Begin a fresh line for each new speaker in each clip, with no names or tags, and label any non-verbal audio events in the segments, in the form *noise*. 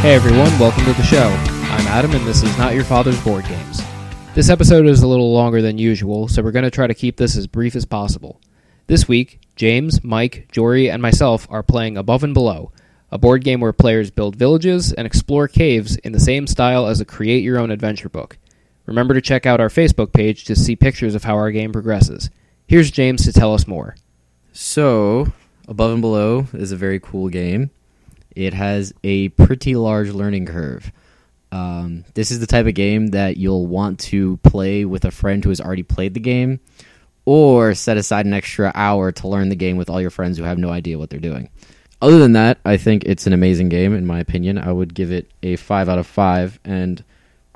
Hey everyone, welcome to the show. I'm Adam and this is Not Your Father's Board Games. This episode is a little longer than usual, so we're going to try to keep this as brief as possible. This week, James, Mike, Jory, and myself are playing Above and Below, a board game where players build villages and explore caves in the same style as a create your own adventure book. Remember to check out our Facebook page to see pictures of how our game progresses. Here's James to tell us more.
So, Above and Below is a very cool game. It has a pretty large learning curve. Um, this is the type of game that you'll want to play with a friend who has already played the game, or set aside an extra hour to learn the game with all your friends who have no idea what they're doing. Other than that, I think it's an amazing game, in my opinion. I would give it a 5 out of 5, and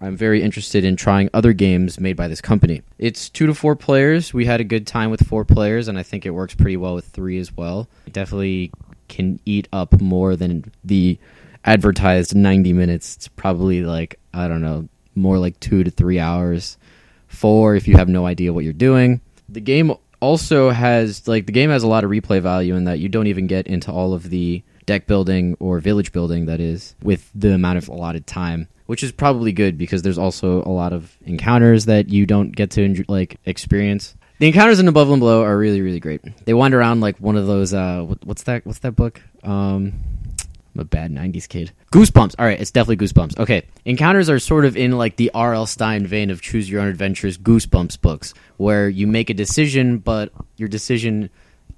I'm very interested in trying other games made by this company. It's two to four players. We had a good time with four players, and I think it works pretty well with three as well. It definitely can eat up more than the advertised 90 minutes. It's probably like, I don't know, more like two to three hours. Four, if you have no idea what you're doing. The game also has, like, the game has a lot of replay value in that you don't even get into all of the deck building or village building that is with the amount of allotted time which is probably good because there's also a lot of encounters that you don't get to enj- like experience the encounters in above and below are really really great they wander around like one of those uh wh- what's that what's that book um I'm a bad 90s kid. Goosebumps. All right, it's definitely Goosebumps. Okay. Encounters are sort of in like the R.L. Stein vein of choose your own adventures Goosebumps books, where you make a decision, but your decision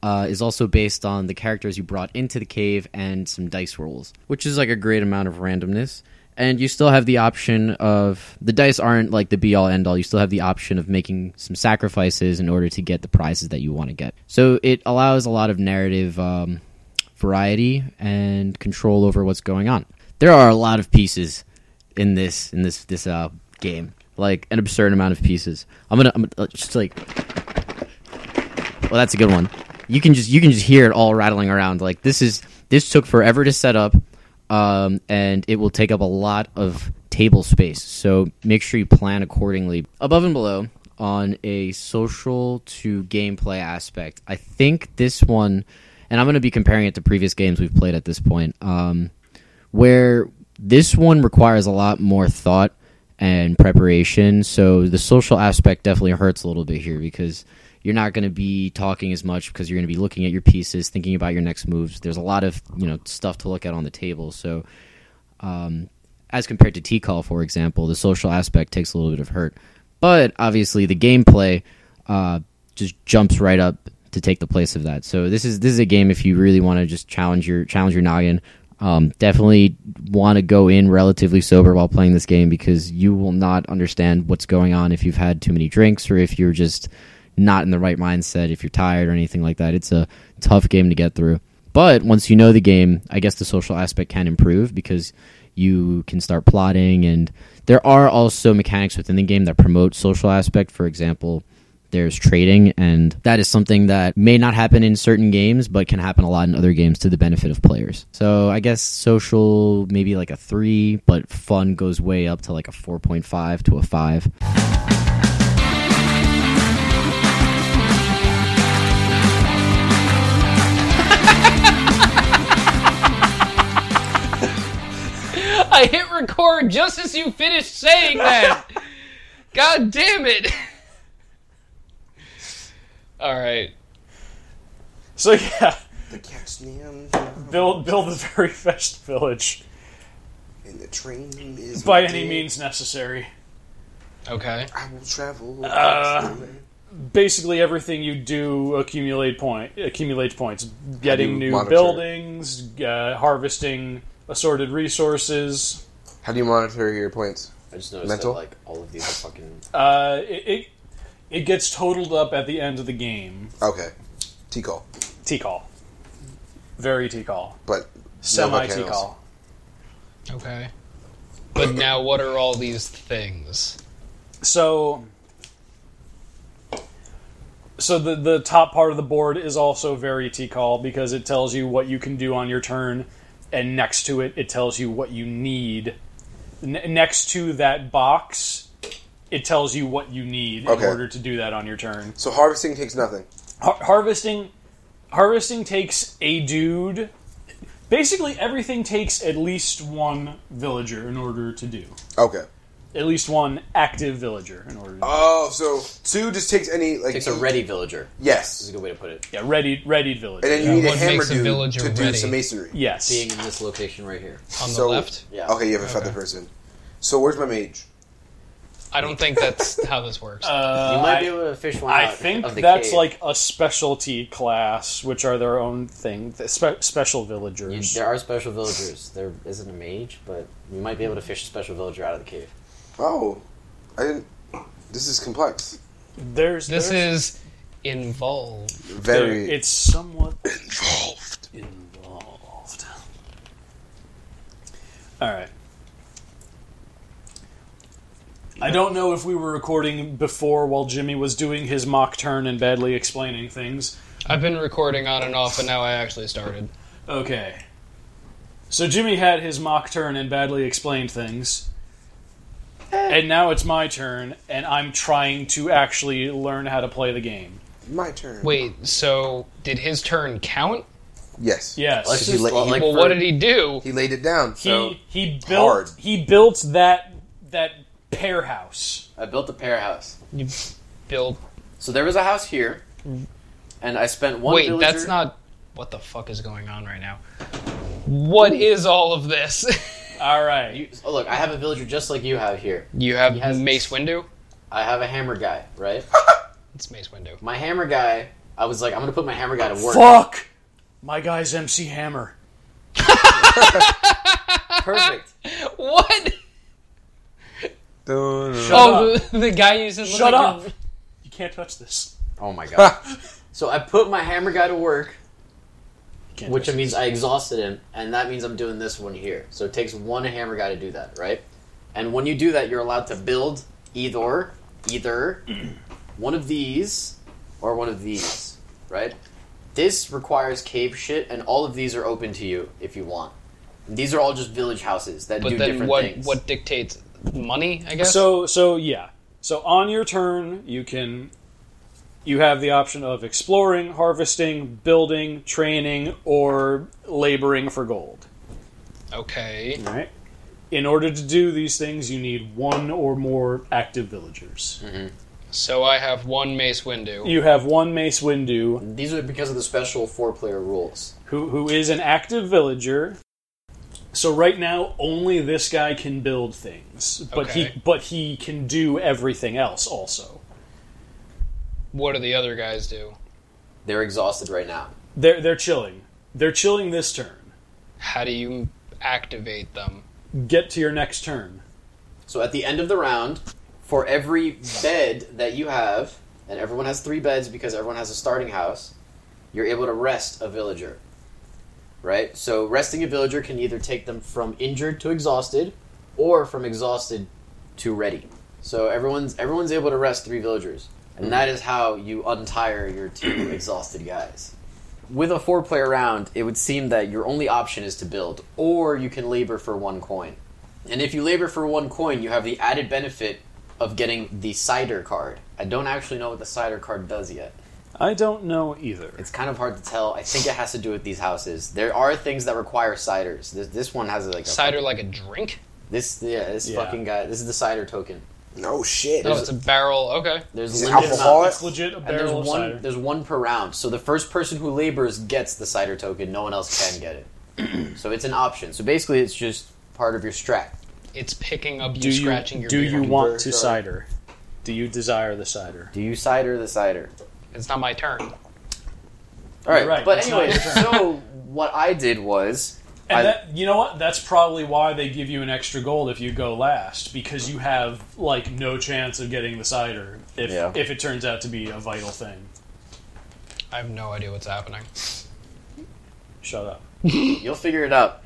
uh, is also based on the characters you brought into the cave and some dice rolls, which is like a great amount of randomness. And you still have the option of the dice aren't like the be all end all. You still have the option of making some sacrifices in order to get the prizes that you want to get. So it allows a lot of narrative um, variety and control over what's going on. There are a lot of pieces in this in this this uh, game, like an absurd amount of pieces. I'm gonna, I'm gonna uh, just like, well, that's a good one. You can just you can just hear it all rattling around. Like this is this took forever to set up, um, and it will take up a lot of table space. So make sure you plan accordingly. Above and below on a social to gameplay aspect. I think this one, and I'm going to be comparing it to previous games we've played at this point, um, where this one requires a lot more thought and preparation. So the social aspect definitely hurts a little bit here because you're not going to be talking as much because you're going to be looking at your pieces, thinking about your next moves. There's a lot of you know stuff to look at on the table. So um, as compared to T call, for example, the social aspect takes a little bit of hurt, but obviously the gameplay uh, just jumps right up to take the place of that. So this is this is a game if you really want to just challenge your challenge your noggin. Um, definitely want to go in relatively sober while playing this game because you will not understand what's going on if you've had too many drinks or if you're just not in the right mindset, if you're tired or anything like that. It's a tough game to get through. But once you know the game, I guess the social aspect can improve because you can start plotting and there are also mechanics within the game that promote social aspect. For example, there's trading and that is something that may not happen in certain games but can happen a lot in other games to the benefit of players. So I guess social maybe like a 3, but fun goes way up to like a 4.5 to a 5.
*laughs* I hit record just as you finished saying
*laughs*
that. God damn it. All right.
So yeah,
The cat's neon
build build the very *laughs* best village
and the train is
by
dead.
any means necessary.
Okay.
I will travel.
Uh,
across the land.
Basically, everything you do accumulate point accumulates points. Getting
you
new
monitor it?
buildings, uh, harvesting assorted resources.
How do you monitor your points?
I just noticed
Mental?
that like all of these are fucking.
Uh, it, it it gets totaled up at the end of the game.
Okay, T call,
T call, very T call,
but
semi T
volcanoes.
call.
Okay. But now what are all these things?
So, so the the top part of the board is also very T call because it tells you what you can do on your turn, and next to it, it tells you what you need. N- next to that box, it tells you what you need
Okay.
in order to do that on your turn.
so harvesting takes nothing.
Har- harvesting, harvesting takes a dude. basically everything takes at least one villager in order to do.
Okay.
At least one active villager in order to do.
Oh, so two just takes any like
Takes a ready villager.
Yes,
Is a good way to put it.
Yeah, ready, readied villager.
and then you
yeah.
need a
what
hammer
makes a
dude
villager
to do
ready?
some masonry.
yes.
Being in this location right here.
on the
So-
left.
Yeah.
Okay, you have a feather
Okay.
person. So where's my mage?
I don't think
*laughs*
that's how this works.
You
Uh,
might
I-
be able to fish one
I
out
think
of the
that's
cave.
like a specialty class, which are their own thing, the spe- special
You-
villagers.
there are special villagers. There isn't a mage, but you might be able to fish a special villager out of the cave.
Oh, I didn't. This is complex.
There's
this
there's-
is involved.
there-
Very.
it's somewhat involved. Involved. All right. I don't know if we were recording before while Jimmy was doing his mock turn and badly explaining things.
I've been recording on and off, but now I actually started.
Okay. So Jimmy had his mock turn and badly explained things. And now it's my turn, and I'm trying to actually learn how to play the game.
my turn.
Wait, so did his turn count?
Let's
Yes.
Yes.
he
just
let-
well,
he-
like
Well,
for-
what did he do?
He laid it down. So
He he built
hard.
he built that that pear house.
I built a pair house.
You build.
So there was a house here, and I spent
Mm-hmm.
one.
Wait,
villager-
that's not. What the fuck is going on right now? What is all of this? *laughs*
All right.
You, oh, look, I have a villager just like you have here.
you have
He has-
Mace Windu.
I have a hammer guy, right?
It's Mace Windu.
My hammer guy. I was like, I'm gonna put my hammer guy to work.
Fuck. My guy's MC Hammer.
Perfect.
What? *laughs*
Dun, dun, dun.
Shut
oh,
up.
the, the guy you said. looked
Shut
like
up.
a-
You can't touch this.
Oh
*laughs*
my god. so I put my hammer guy to work,
You can't
which
touch
means I exhausted him, and that means I'm doing this one here. So it takes one hammer guy to do that, right? And when you do that, you're allowed to build either
*clears throat*
either one of these or one of these, right? This requires cave shit, and all of these are open to you if you want. These are all just village houses that
But
do different
then what?
things.
What dictates money? I
this.
guess.
So so yeah. So on your turn, you can you have the option of exploring, harvesting, building, training, or laboring for gold.
okay.
All right. In order to do these things, you need one or more active villagers.
So I have one Mace Windu.
You have one Mace Windu,
These are because of the special four-player rules.
who who is an active villager. So right now only this guy can build things, but
Okay.
he but he can do everything else also.
What do the other guys do?
They're exhausted right now.
They're they're chilling. They're chilling this turn.
How do you activate them?
Get to your next turn.
So at the end of the round, for every bed that you have, and everyone has three beds because everyone has a starting house, you're able to rest a villager. Right? So resting a villager can either take them from injured to exhausted or from exhausted to ready. So everyone's everyone's able to rest three villagers. And that is how you untire your two exhausted guys. With a four player round, it would seem that your only option is to build, or you can labor for one coin. And if you labor for one coin, you have the added benefit of getting the cider card. I don't actually know what the cider card does yet.
I don't know either.
It's kind of hard to tell. I think it has to do with these houses. There are things that require ciders. This, this one has like a
Cider like a drink?
This yeah, this
Yeah.
fucking guy. This is the cider token.
no shit.
Oh,
No, it's a barrel. Okay.
There's
Is it
limited
alcohol?
amount,
It's legit a
and there's
barrel of
one.
cider.
There's one per round. So the first person who labors gets the cider token. No one else can get it. so it's an option. So basically, it's just part of your strat.
It's picking up you,
Do you
scratching your
do
beard.
you want to
Very
cider? Do you desire the cider?
Do you cider the cider?
It's not my turn.
All right.
You're right,
But
it's not
anyway,
your turn.
so what I did was
And
I-
that, you know what? That's probably why they give you an extra gold if you go last, because you have like no chance of getting the cider if
Yeah.
if it turns out to be a vital thing.
I have no idea what's happening.
Shut up.
You'll figure it out.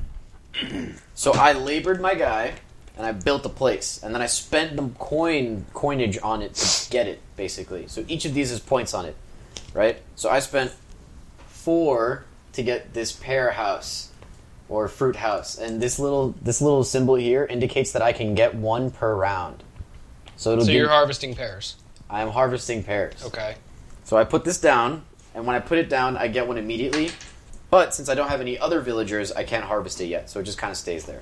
*clears throat* so I labored my guy, and I built the place, and then I spent the coin coinage on it to get it, basically. So each of these is points on it, right? So I spent four to get this pear house or fruit house, and this little this little symbol here indicates that I can get one per round. So it'll
So
be
you're harvesting pears.
I am harvesting pears.
Okay.
So I put this down, and when I put it down, I get one immediately,
But since I don't have any other villagers, I can't harvest it yet, so it just kind of stays there.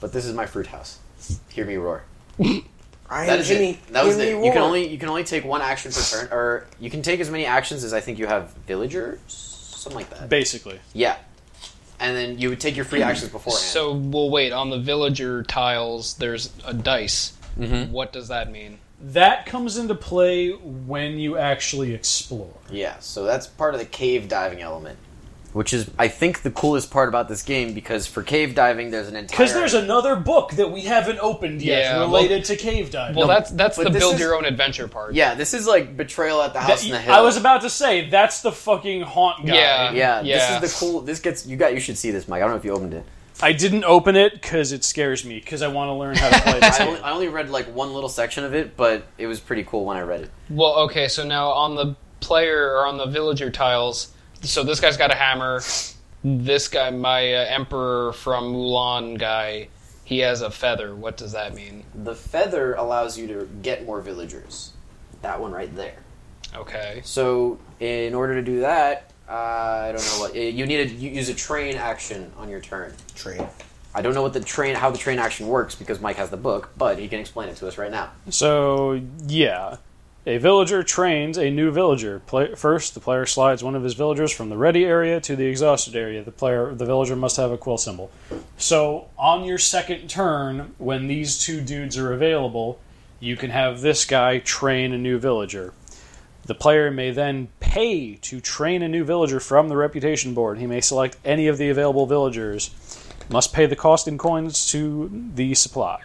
But this is my fruit house. Hear me roar.
I
That
am
is
Jimmy.
it. That was
Give me
it. You can
war.
only you can only take one action per turn, or you can take as many actions as I think you have villagers, something like that.
Basically,
Yeah, and then you would take your free actions beforehand.
So we'll wait on the villager tiles. There's a dice.
Mm-hmm.
What does that mean?
that comes into play when you actually explore.
Yeah, so that's part of the cave diving element, which is I think the coolest part about this game because for cave diving there's an entire
Because there's another book that we haven't opened yet
Yeah, well-
related to cave diving.
Well, that's that's
but
the
this
build
is-
your own adventure part.
yeah this is like betrayal at the house in the hill.
I was about to say that's the fucking haunt guy.
Yeah.
yeah,
Yeah.
this is the cool. This gets you got. You should see this, Mike. I don't know if you opened it.
I didn't open it because it scares me because I want to learn how to play this.
I
game.
only, I only read like one little section of it, but it was pretty cool when I read it.
Well, okay. So now on the player or on the villager tiles. So this guy's got a hammer. This guy, my uh, emperor from Mulan guy, he has a feather. What does that mean?
The feather allows you to get more villagers. That one right there.
Okay.
So in order to do that, uh, I don't know what eh, you need to u- use a train action on your turn.
Train.
I don't know what the train how the train action works because Mike has the book, but he can explain it to us right now.
So, yeah. A villager trains a new villager. Play- First, the player slides one of his villagers from the ready area to the exhausted area. The player, the villager must have a quill symbol. So, on your second turn, when these two dudes are available, you can have this guy train a new villager. The player may then pay to train a new villager from the reputation board. He may select any of the available villagers. Must pay the cost in coins to the supply.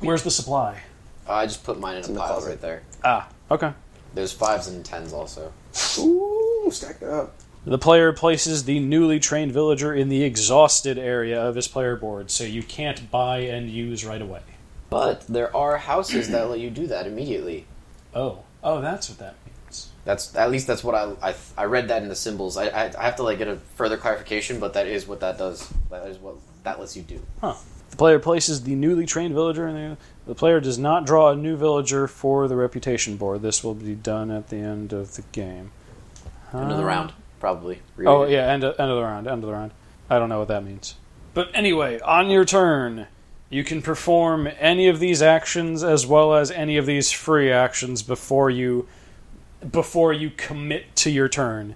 Where's the supply?
Uh, I just put mine in a
in the
pile
closet.
right there.
Ah, okay.
There's fives and tens also.
Ooh, stacked up.
The player places the newly trained villager in the exhausted area of his player board, so you can't buy and use right away.
But there are houses that let you do that immediately.
Oh, oh, that's what that means.
That's at least that's what I I, I read that in the symbols. I, I I have to like get a further clarification, but that is what that does. That is what that lets you do.
The player places the newly trained villager in the. The player does not draw a new villager for the reputation board. This will be done at the end of the game.
Another round, probably.
Oh
Reread it.
yeah, end of, end of the round, end of the round. I don't know what that means. But anyway, on your turn, you can perform any of these actions as well as any of these free actions before you before you commit to your turn.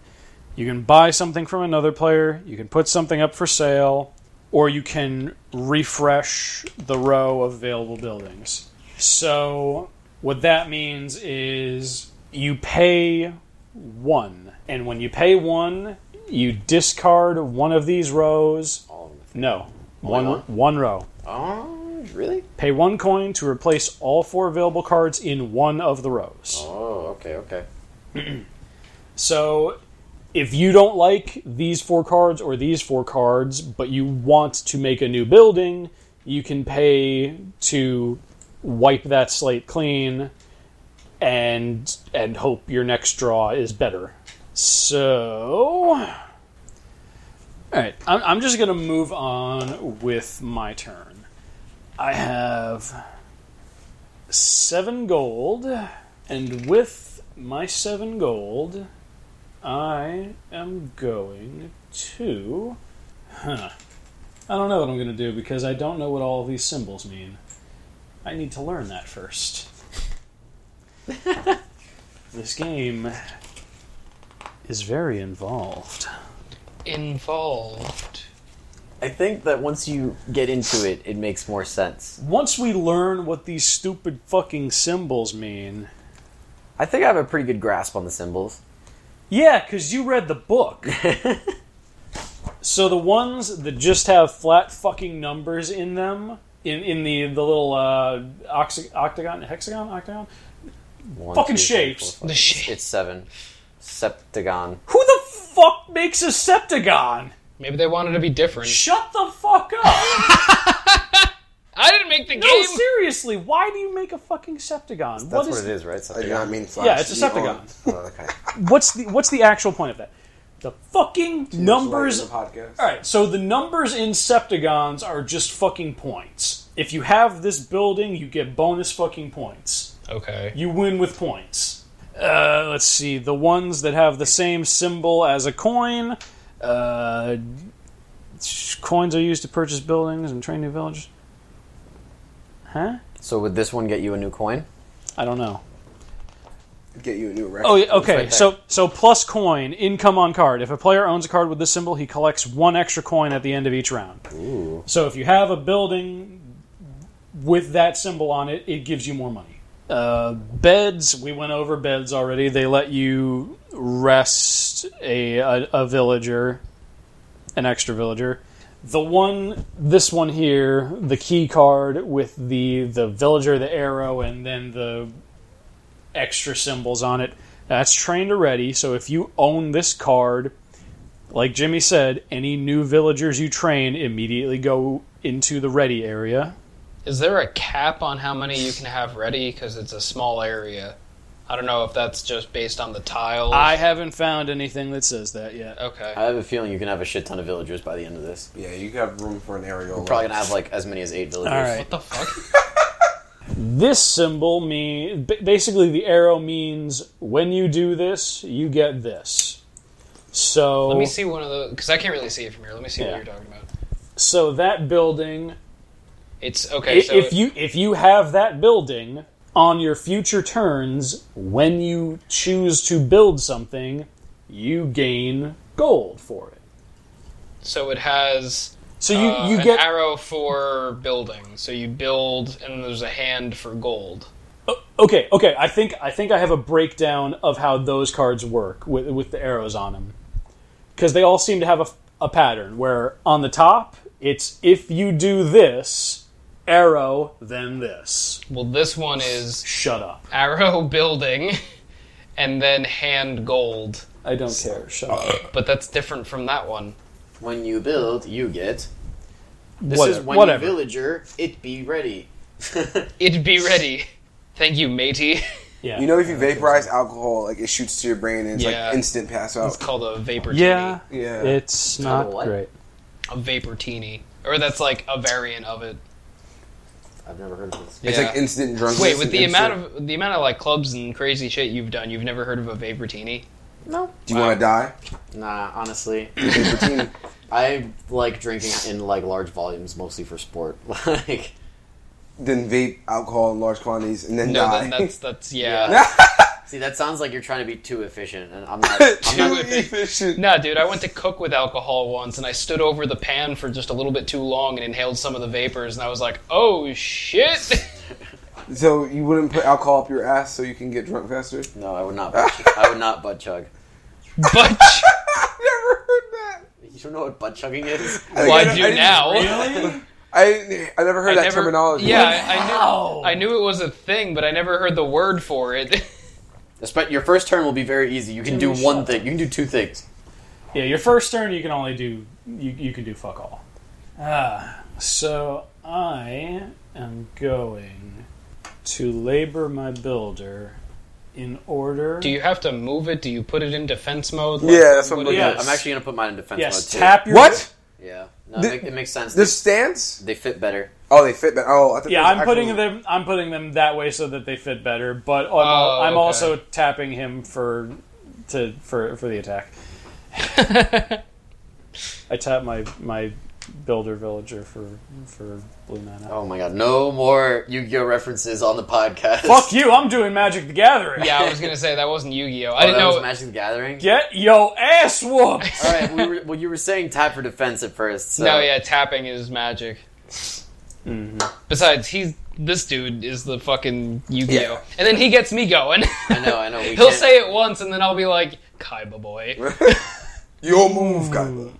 You can buy something from another player, you can put something up for sale, or you can refresh the row of available buildings. So, what that means is you pay one. And when you pay one, you discard one of these rows.
All of them.
No,
Only
one, one row.
Oh, really?
Pay one coin to replace all four available cards in one of the rows.
Oh, okay, okay.
So if you don't like these four cards or these four cards, but you want to make a new building, you can pay to wipe that slate clean and and hope your next draw is better. So all right, I'm, I'm just gonna move on with my turn. I have seven gold, and with my seven gold, I am going to. Huh. I don't know what I'm going to do because I don't know what all of these symbols mean. I need to learn that first. this game is very involved.
Involved.
I think that once you get into it, it makes more sense.
Once we learn what these stupid fucking symbols mean.
I think I have a pretty good grasp on the symbols.
Yeah, because you read the
*laughs*
book. so the ones that just have flat fucking numbers in them, in, in the, the little uh, oxy- octagon, hexagon, octagon?
One,
Fucking
two, three,
shapes.
four, five,
The
six.
shape.
It's seven. Septagon.
Who the fuck makes a septagon?
Maybe they wanted to be different.
Shut the fuck
*laughs*
up!
I didn't make the
no,
game.
seriously, why do you make a fucking septagon?
That's what, it is, right?
I do
Septagon.
not mean flash.
Yeah, it's a
You
septagon.
are- Oh, okay.
What's the what's the actual point of that? The fucking numbers
It's like in the podcast.
All right, so the numbers in septagons are just fucking points. If you have this building, you get bonus fucking points.
Okay.
You win with points. Uh, let's see, the ones that have the same symbol as a coin, Uh, coins are used to purchase buildings and train new villagers. Huh?
So would this one get you a new coin?
I don't know.
Get you a new record.
Oh, yeah, okay.
right there.
so, so plus coin income on card. If a player owns a card with this symbol, he collects one extra coin at the end of each round. So, if you have a building with that symbol on it, it gives you more money. Uh, beds. We went over beds already. They let you rest a a, a villager, an extra villager. The one, this one here, the key card with the the villager, the arrow, and then the extra symbols on it. That's trained already. So if you own this card, like Jimmy said, any new villagers you train immediately go into the ready area.
Is there a cap on how many you can have ready? Because it's a small area. I don't know if that's just based on the tiles.
I haven't found anything that says that yet.
okay.
I have a feeling you can have a shit ton of villagers by the end of this.
Yeah, you have room for an aerial.
Probably gonna have like as many as eight villagers.
All right.
what the fuck?
*laughs* This symbol mean ba- basically the arrow means when you do this, you get this. So
Let me see one of the because I can't really see it from here. Let me see
Yeah.
what you're talking about.
so that building
It's okay. so
if you if you have that building on your future turns, when you choose to build something, you gain gold for it.
so it has
So you,
uh,
you
an
get
arrow for building. So you build, and there's a hand for gold.
okay okay. I think I think I have a breakdown of how those cards work with with the arrows on them because they all seem to have a, a pattern where on the top it's if you do this arrow then this
Well, this one is
shut up
arrow *laughs* building, and then hand gold.
I don't care shut up
But that's different from that one.
When you build, you get. This
whatever,
is when
whatever.
you villager, it be ready. *laughs*
It'd be ready. Thank you, matey. *laughs*
yeah
You know, if you vaporize alcohol, like it shoots to your brain and it's
Yeah.
like instant pass out.
It's called a vapor.
yeah
Yeah.
it's not
what?
great.
a Vaportini, or that's like a variant of it.
I've never heard of this.
It's
Yeah.
like instant drunkenness.
Wait, with
and
the
instant-
amount of the amount of like clubs and crazy shit you've done, you've never heard of a Vaportini?
*laughs*
No.
Do you want to
*laughs*
die?
Nah, honestly,
Routine.
I like drinking in like large volumes, mostly for sport. *laughs* Like,
then vape alcohol in large quantities and then
No,
die.
then
*laughs*
that's that's yeah.
see, that sounds like you're trying to be too efficient, and I'm not. I'm not
Too
efficient.
No, dude, I went *laughs* to cook with alcohol once, and I stood over the pan for just a little bit too long and inhaled some of the vapors, and I was like, "Oh shit!"
So you wouldn't put alcohol up your ass so you can get drunk faster? Never
no, I would not. Butt, I would not butt chug.
but
heard that.
You don't know what butt chugging is?
I,
well,
didn't-
I do
didn't-
now. *laughs*
*laughs*
I didn't- I never heard
I
that
never-
terminology.
Yeah, I, I knew I knew it was a thing, but I never heard the word for it. *laughs*
But your first turn will be very easy. You can do
shut
one
up.
thing. You can do two things.
Yeah, your first turn you can only do you, you can do fuck all. Ah, so I am going to labor my builder in order.
Do you have to move it? Do you put it in defense mode?
Yeah, that's what I'm looking
Yeah.
at.
I'm actually gonna put mine in defense
yes,
mode too.
tap your
What?
Yeah, no,
The-
it, ma- it makes sense.
This stance?
they fit better.
Oh, they fit better. Oh, I thought
Yeah,
that was
I'm putting
actual-
them. I'm putting them that way so that they fit better. But I'm,
Oh,
I'm
okay.
also tapping him for to for for the
*laughs*
attack. I tap my my builder villager for for blue mana.
Oh my god, no more Yu-Gi-Oh references on the podcast.
Fuck you! I'm doing Magic the Gathering.
Yeah, I was gonna say that wasn't Yu-Gi-Oh.
Oh,
I didn't
that was
know.
Magic the Gathering.
Get yo ass whooped.
All right, we were, well, you were saying tap for defense at first. So.
No, yeah, tapping is magic.
Mm-hmm.
Besides, he's this dude is the fucking Yu-Gi-Oh,
Yeah.
and then he gets me going. *laughs*
I know, I know. We
He'll
can't-
say it once, and then I'll be like, "Kaiba boy."
Your move, Kyla.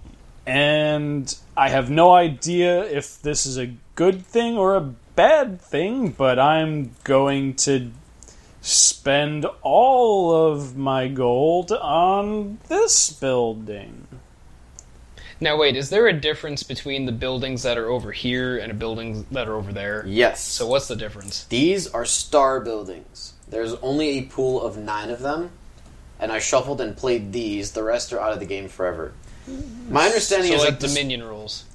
and I have no idea if this is a good thing or a bad thing, but I'm going to spend all of my gold on this building.
Now, wait, is there a difference between the buildings that are over here and the buildings that are over there?
Yes.
So, what's the difference?
These are star buildings. There's only a pool of nine of them, and I shuffled and played these. The rest are out of the game forever. My understanding
So,
is
like
that this-
Dominion rules.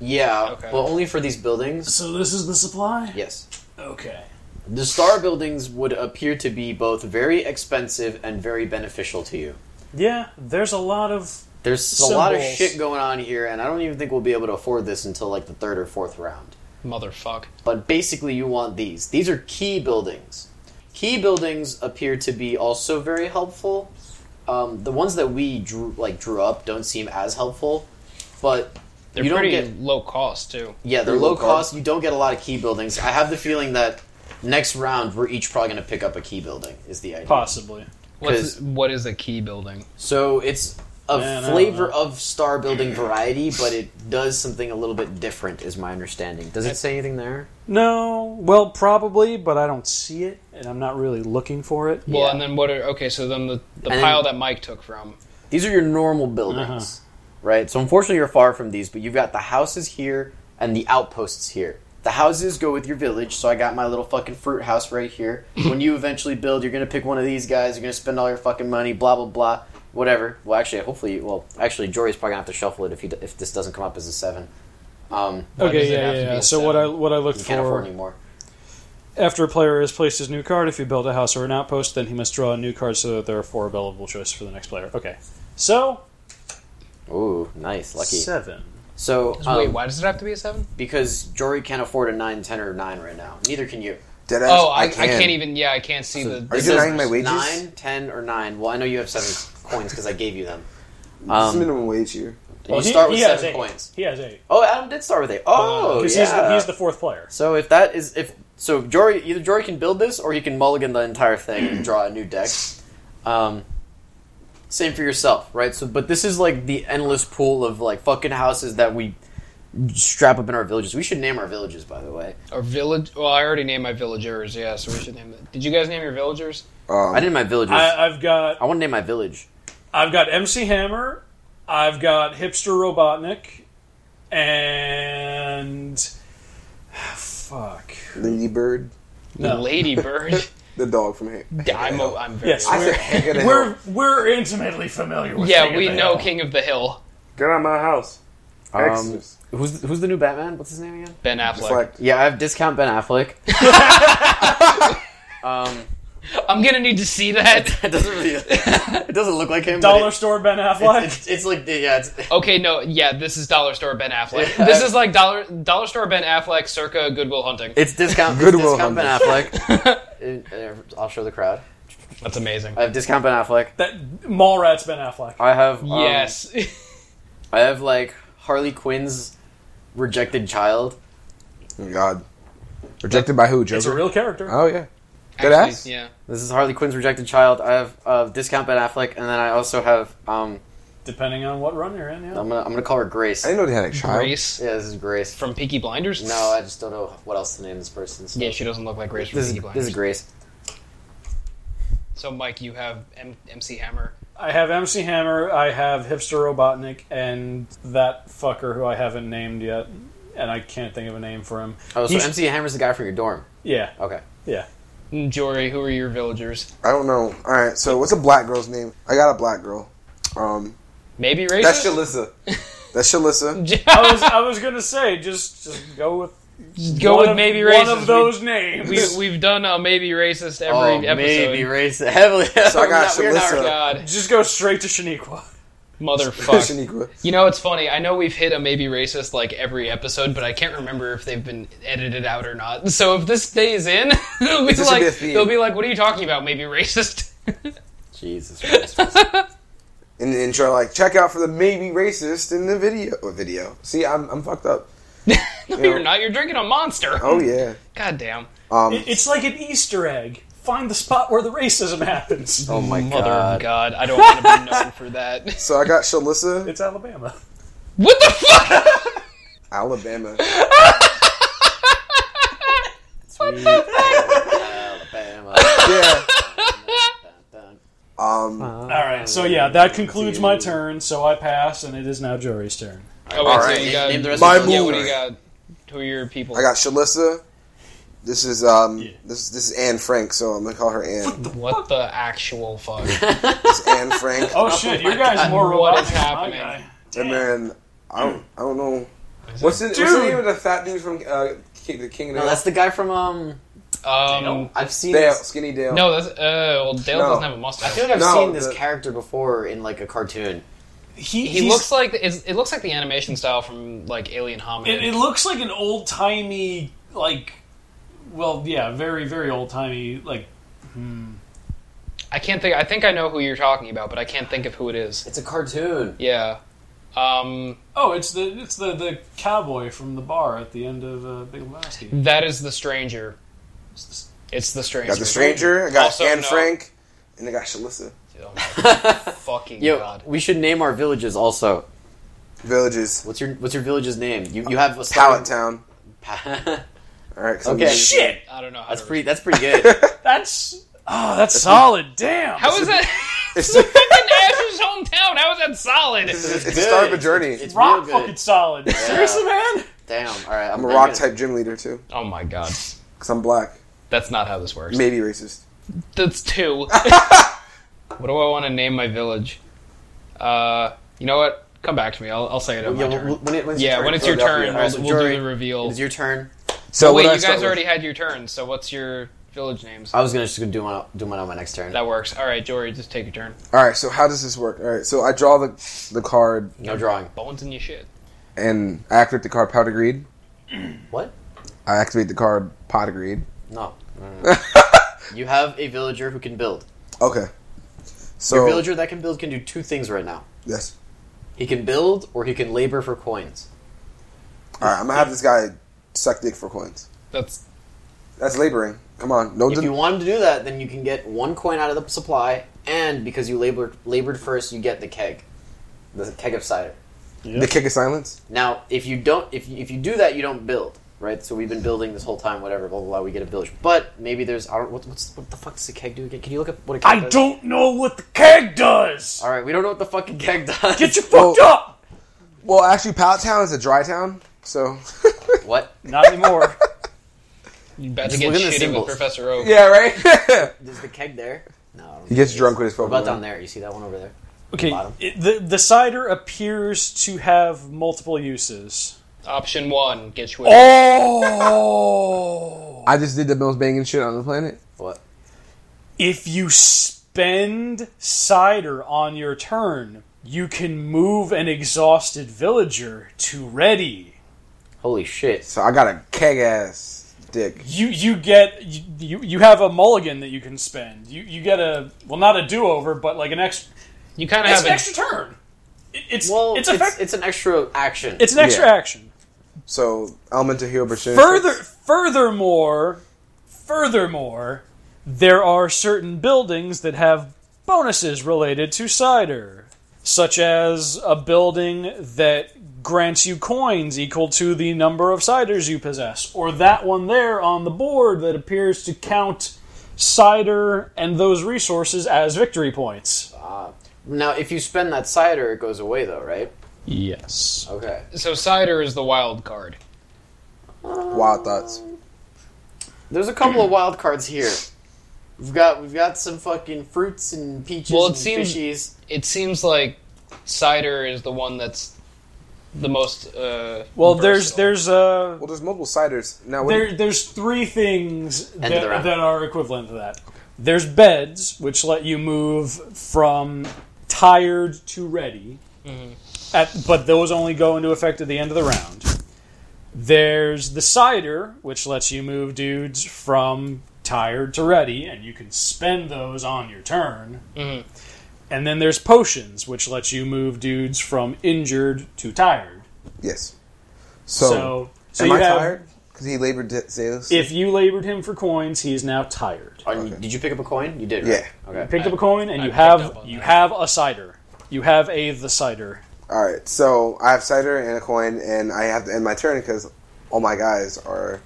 yeah,
Okay.
but only for these buildings.
So this is the supply?
Yes,
Okay.
the star buildings would appear to be both very expensive and very beneficial to you.
Yeah, there's a lot of
There's a lot of
Symbols.
shit going on here, and I don't even think we'll be able to afford this until like the third or fourth round.
Motherfuck.
But basically, you want these. These are key buildings. Key buildings appear to be also very helpful. Um, the ones that we drew, like drew up, don't seem as helpful, but
They're
you don't
pretty
get
low cost too.
yeah, they're
Pretty low
low cost. You don't get a lot of key buildings. I have the feeling that next round we're each probably going to pick up a key building. Is the idea?
Possibly.
What's
'Cause-
what is a key building?
So it's a
Man, I don't
flavor
know.
of star building variety, but it does something a little bit different, is my understanding. Does it say anything there?
No, well, probably, but I don't see it, and I'm not really looking for it.
Well,
Yeah.
and then what? Are, okay, so then the, the
And
pile
then-
that Mike took from.
These are your normal
Uh-huh.
buildings, right? So unfortunately, you're far from these, but you've got the houses here and the outposts here. The houses go with your village, so I got my little fucking fruit house
*laughs*
right here. when you eventually build, you're gonna pick one of these guys. You're gonna spend all your fucking money, blah blah blah, whatever. Well, actually, hopefully, well, actually, Jory's probably gonna have to shuffle it if he d- if this doesn't come up as a seven. Um,
Why does
okay,
it
yeah,
have to
yeah.
be
yeah.
a
So what I
seven?
what I looked
you can't afford
for
anymore.
after a player has placed his new card, if you build a house or an outpost, then he must draw a new card so that there are four available choices for the next player. Okay, so
Ooh, nice, lucky.
seven.
So um,
Wait, why does it have to be a seven?
because Jory can't afford a 9, 10, or 9 right now. Neither can you.
Deadass,
Oh, I, I,
can.
can't even. Yeah, I can't see the.
Are you
It says
denying my wages?
9, 10, or 9. Well, I know you have 7 *laughs* coins because I gave you them.
It's
Um,
minimum wage here.
you start with 7 coins.
He has eight.
Oh, Adam did start with 8. Oh, yeah.
Because he's, the, he's the fourth player.
so if that is... if So Jory either Jory can build this or he can mulligan the entire thing and draw a new deck. Um, same for yourself, right? So, But this is like the endless pool of like fucking houses that we strap up in our villages. We should name our villages, by the way.
Or village. Well, I already named my villagers. Yeah, so we should name it. Did you guys name your villagers?
Um,
I named my villages.
I, I've got
I want to name my village.
I've got MC Hammer, I've got Hipster Robotnik, and fuck.
Ladybird,
No.
Ladybird.
the dog from here.
I'm, a, I'm very.
Yes,
*laughs* I
we're,
said, hey, get,
we're we're intimately familiar with.
Yeah,
King of
we
the
know
Hill.
King of the Hill,
get out of my house.
Um,
Exodus.
who's who's the new Batman? What's his name again?
Ben Affleck.
It's like,
Yeah, I have discount Ben Affleck. um,
I'm gonna need to see that.
it doesn't really, *laughs* it doesn't look like him. but
Dollar
it-
Store Ben
It's,
Affleck.
*laughs*
it's, it's like the, yeah, it's,
*laughs* Okay, no, yeah, this is Dollar Store Ben Affleck.
Yeah.
This is like Dollar Dollar Store Ben Affleck circa Goodwill Hunting.
it's discount. it's
Goodwill
discount Ben Affleck. Uh, I'll show the crowd.
That's amazing.
I have discount Ben Affleck.
that Mallrats Ben Affleck.
I have um,
yes.
I have like Harley Quinn's rejected child.
oh, God. Rejected by who,
It's a
Joker?
real character.
oh, yeah. Good
Actually,
ass?
Yeah.
This is Harley Quinn's rejected child. I have uh, discount Ben Affleck, and then I also have um,
Depending on what run you're in, yeah.
I'm gonna I'm gonna call her Grace.
I didn't know they had a child.
Grace
Yeah, this is Grace.
from Peaky Blinders.
No, I just don't know what else to name this person. so-
*laughs* Yeah, she doesn't look like Grace from
This is,
Peaky
this
Blinders.
is Grace.
So, Mike, you have M- MC Hammer.
I have MC Hammer, I have Hipster Robotnik, and that fucker who I haven't named yet, and I can't think of a name for him.
Oh, so
He's-
MC Hammer's the guy from your dorm.
Yeah,
Okay.
yeah.
Mm, Jory, who are your villagers?
I don't know. All right, so what's a black girl's name? I got a black girl. Um,
Maybe
that's
racist.
Shalissa. That's Shalissa.
I was I was gonna say just just go with
Go
one
with
of-
maybe
one
racist.
of those names.
We, we, we've done uh, maybe racist every episode.
Oh, maybe *laughs* race heavily.
So I got
We're not- we're
Shalissa.
not- *laughs*
God,
just go straight to Shaniqua.
motherfucker.
Shaniqua.
You know, it's funny. I know we've hit a maybe racist like every episode, but I can't remember if they've been edited out or not. *laughs* So if this stays in, *laughs* it'll be
This will
like
be a theme.
they'll be like, "What are you talking about? Maybe racist." *laughs*
Jesus Christ.
In the intro, like, check out for the maybe racist in the video. Or video. See, I'm, I'm fucked
*laughs*
up.
no,
Yeah.
you're not. You're drinking a monster.
Oh, yeah.
God damn.
Um,
It- It's like an Easter egg. Find the spot where the racism happens.
Oh my
Mother
god.
of God, I don't want to
*laughs*
be known for that.
so I got Shalissa,
It's Alabama.
What the fuck?
Alabama.
Sweet Alabama.
Yeah.
Dun,
Um,
dun.
All right, so yeah, that concludes my turn. So I pass, and it is now Jory's turn.
*laughs* Oh, wait,
All
so
right,
you
name-
got,
name the rest
My
of the
yeah,
move.
what do you got? Who are your people?
I got Shalissa. This is um,
Yeah.
this this is Anne Frank, so I'm gonna call her Anne.
what the actual
*laughs*
fuck?
It's Anne Frank,
Oh shit, your guy's more
What
robotic
is
than my
happening?
guy.
and then I don't I don't know what's the, what's the
Dude.
name of the fat dude from uh, King, the King of the
No, that's the guy from um.
Um,
I've seen.
Dale,
This,
Skinny Dale.
no, that's uh, well, Dale
No.
doesn't have a
I
mustache.
feel like I've
No,
seen this
the-
character before in like a cartoon.
he,
He
he's-
looks like it's, it looks like the animation style from like Alien Hominid.
It, it looks like an old timey, like, well, yeah, very, very old timey, like,
I can't think. I think I know who you're talking about, but I can't think of who it is.
It's a cartoon.
Yeah. Um,
oh, it's the it's the, the cowboy from the bar at the end of uh, Big Lebowski.
that is the stranger. It's the stranger.
got the stranger. I got
Also,
Anne
no.
Frank, and I got Shalissa.
Oh
*laughs*
my fucking
Yo,
god.
we should name our villages also.
Villages,
What's your What's your village's name? You You have a
Pallet Town.
*laughs* Pa-
All right. 'cause I'm
Okay.
*laughs*
just-
Shit,
I don't know how
that's
to
pretty. That's
*laughs*
pretty good.
that's oh, that's solid. Damn.
How is that?
*laughs*
*laughs*
It's, it's,
fucking Ash's hometown. How is that solid?
it's the start of a journey.
It's real
rock
good.
fucking solid. Seriously, man.
Damn. All right.
I'm a
then
rock
gonna-
type gym leader too,
Oh my god.
because I'm black.
That's not how this works.
Maybe racist.
That's two. what do I want to name my village? Uh, you know what? Come back to me. I'll, I'll say it on
Yeah,
my turn.
when, when it, when it's
yeah,
your
when
turn,
it's your
Philadelphia.
turn,
All right,
we'll,
so
we'll
Jory,
do the reveal.
It's your turn.
So
Wait,
what I
you
start
guys
with-
already had your turn. So what's your village names?
I was gonna just do one do one on my next turn.
that works. All right, Jory, just take your turn.
All right. So how does this work? All right. So I draw the the card
No drawing.
Bones in your shit.
and I activate the card Powder Greed.
*clears throat* What?
I activate the card Pot of Greed. *laughs*
No. No, no, no. you have a villager who can build.
Okay. So
Your villager that can build can do two things right now.
yes.
He can build or he can labor for coins.
All right. I'm gonna have this guy suck dick for coins.
That's
That's laboring. Come on. No.
If
den-
you want him to do that, then you can get one coin out of the supply, and because you labored labored first, you get the keg, the keg of cider.
the kick of silence.
Now, if you don't, if you, if you do that, you don't build, right? So we've been building this whole time, whatever, blah blah blah. We get a village, but maybe there's I don't, what, what's, what the fuck does a keg do again? Can you look up what a keg
I
does?
don't know what the keg does.
All right, we don't know what the fucking keg does.
Get
*laughs*
you fucked
Well-
up.
Well, actually, Pallet Town is a dry town, so *laughs*
what?
Not anymore.
you about to
Just
get
look at the
shitty with
symbols.
Professor Oak.
yeah, right.
There's the keg there? No. I don't
he
think
gets
it is.
drunk with his
What
Pokemon.
about down there? You see that one over there?
*laughs* Okay,
Bottom.
it, the the cider appears to have multiple uses.
Option one, get you.
Oh! I just did the most banging shit on the planet.
What?
If you spend cider on your turn, you can move an exhausted villager to ready.
Holy shit!
So I got a keg ass dick.
You you get you, you you have a mulligan that you can spend. You you get a well not a do over, but like an ex
You kind of
it's
have
an
a
extra turn. It, it's
Well,
it's
it's,
a fact-
it's, an extra action.
it's an extra
yeah.
action.
So elemental heal opportunity.
Further, furthermore, furthermore, there are certain buildings that have bonuses related to cider, such as a building that grants you coins equal to the number of ciders you possess, or that one there on the board that appears to count cider and those resources as victory points.
now, if you spend that cider, it goes away, though, right?
Yes.
Okay.
so cider is the wild card.
wild thoughts.
There's a couple of wild cards here. We've got we've got some fucking fruits and peaches
Well, it
and
seems-
fishies.
It seems like cider is the one that's the most. Uh,
Well, there's
versatile.
there's uh
Well, there's multiple ciders now. What
There, there's three things
of the
that,
round.
that are equivalent to that. There's beds, which let you move from tired to ready, at, but those only go into effect at the end of the round. There's the cider, which lets you move dudes from tired to ready, and you can spend those on your turn. And then there's potions, which lets you move dudes from injured to tired.
yes. So,
So, so,
am
you
I
have,
tired? Because he labored to sales.
if you labored him for coins, he is now tired.
Are you- Oh, Did you pick up a coin? You did, right?
Yeah.
Okay.
Picked up a coin, and
I
you
picked up
have
on
you
that.
have a cider. You have a the cider.
All right. So I have cider and a coin, and I have to end my turn because all my guys are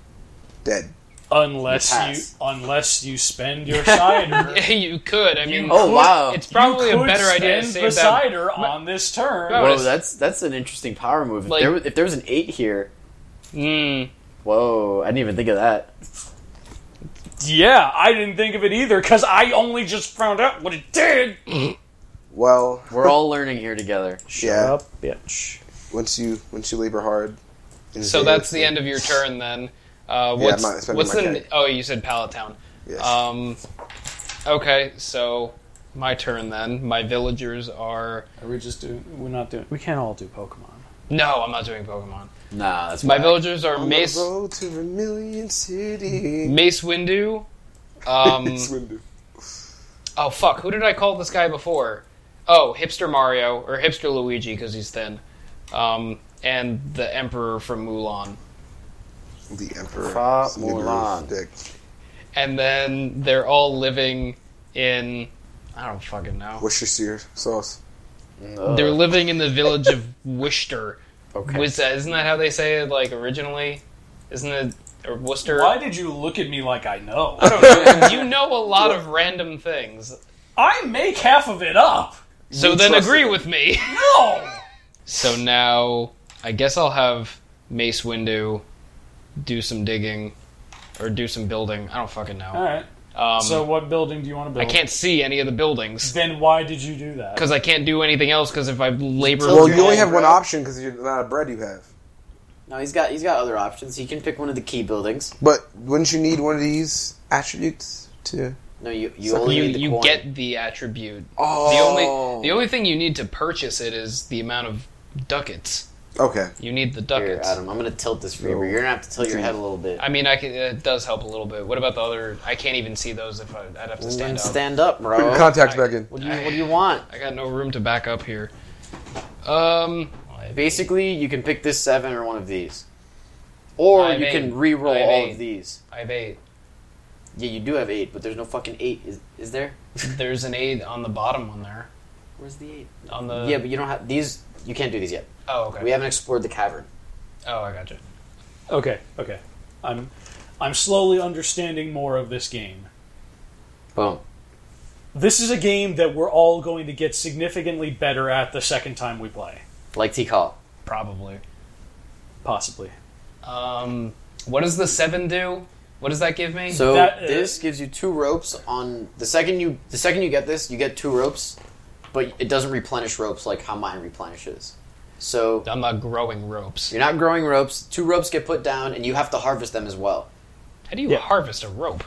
dead.
Unless
You
you,
pass.
unless you spend *laughs* your cider.
Yeah, *laughs* you could. I mean,
Oh wow!
it's probably
You
a
could
better idea to
spend
save
the
that.
cider on this turn.
Well,
Whoa,
it's-
that's that's an interesting power move. If,
Like-
there was, if there was an eight here,
Mm,
whoa! I didn't even think of that.
Yeah, I didn't think of it either because I only just found out what it did.
Well,
We're all learning here together.
Shut
Yeah.
up, bitch.
once you once you labor hard. and
so
save-
that's the end of your turn then. Uh, what's oh,
I'm not spending
what's
my
the?
keg.
uh, Oh, you said Pallet Town.
Yes.
Um, okay, Um, so My turn then. My villagers are.
Are we just doing? We're not doing. We can't all do Pokemon.
No, I'm not doing Pokemon.
Nah, that's
My
whack.
villagers are
On
Mace, Mm.
the road to Vermilion City.
Mace Windu.
*laughs*
Um,
It's windy.
oh fuck, who did I call this guy before? Oh, hipster Mario or hipster Luigi because he's thin, um, and the Emperor from Mulan.
the Emperor.
Fa
Snooper
Mulan.
Dick.
And then they're all living in. I don't fucking know.
Worcestershire sauce.
Ugh.
They're living in the village of Worcester.
Okay.
Was that, isn't that how they say it? Like originally, isn't it or Worcester?
Why did you look at me like I know? *laughs*
I don't know. you know a lot of random things,
I make half of it up.
so
You
then
trusted
agree
him.
with me.
No.
So now I guess I'll have Mace Windu do some digging or do some building. I don't fucking
All
know.
right.
Um,
So what building do you want to
I
build?
can't see any of the buildings
Then why did you do that?
because I can't do anything else because if I labor,
Well,
your
you only
hand,
have one
bro.
option because you're not a bread you have.
No, he's got he's got other options. He can pick one of the key buildings.
But wouldn't you need one of these attributes to?
No, you you
So
only
you,
need the
you
coin.
get the attribute.
Oh.
The only the only thing you need to purchase it is the amount of ducats.
Oh. Okay.
You need the
Here,
ducats.
Adam. I'm gonna tilt this for you. but You're gonna have to tilt your head a little bit.
I mean, I can, it does help a little bit. What about the other? I can't even see those if I, I'd have to
stand,
stand up.
stand up, bro.
Contacts back in.
what do you What do you want?
I got no room to back up here. Um,
Basically, you can pick this seven or one of these, or
I have
you can
eight.
re-roll
I have
all
eight.
of these.
I have eight.
Yeah, you do have eight, but there's no fucking eight. Is is there?
There's an eight on the bottom one there.
Where's the eight?
On the
yeah, but you don't have these. You can't do these yet.
oh okay.
We haven't explored the cavern.
oh, I got you.
Okay. Okay. I'm I'm slowly understanding more of this game.
Boom.
This is a game that we're all going to get significantly better at the second time we play,
Like T call.
Probably.
possibly.
Um, what does the seven do? What does that give me?
So
That, uh,
this gives you two ropes on the second you the second you get this, you get two ropes, but it doesn't replenish ropes like how mine replenishes. So
I'm not growing ropes.
you're not growing ropes. Two ropes get put down, and you have to harvest them as well.
How do you
Yeah.
harvest a rope?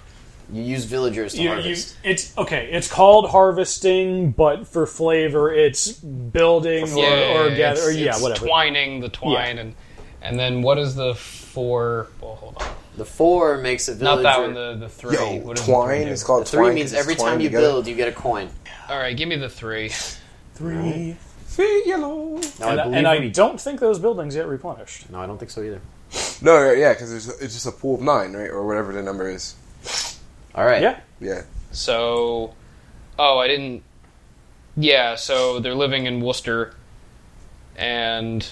You use villagers to
You, you,
harvest.
it's okay. It's called harvesting, but for flavor, it's building or, or gather. Or,
it's-
yeah,
it's
whatever.
Twining the twine and and then what is the four? Well, hold on.
the four makes a
Not
villager.
that one. The the three.
Yo,
What does the three
twine
do?
is
The
called
three
twine.
means
'cause it's
every
twined
time you
together.
build, you get a coin.
All right, give me the three.
Three, three yellow.
Now
and
I
I,
believe
and I
we-
don't think those buildings get replenished.
No, I don't think so either.
No, yeah, because it's just a pool of nine, right, or whatever the number is.
All right.
Yeah.
Yeah.
So, oh, I didn't. Yeah, so they're living in Worcester, and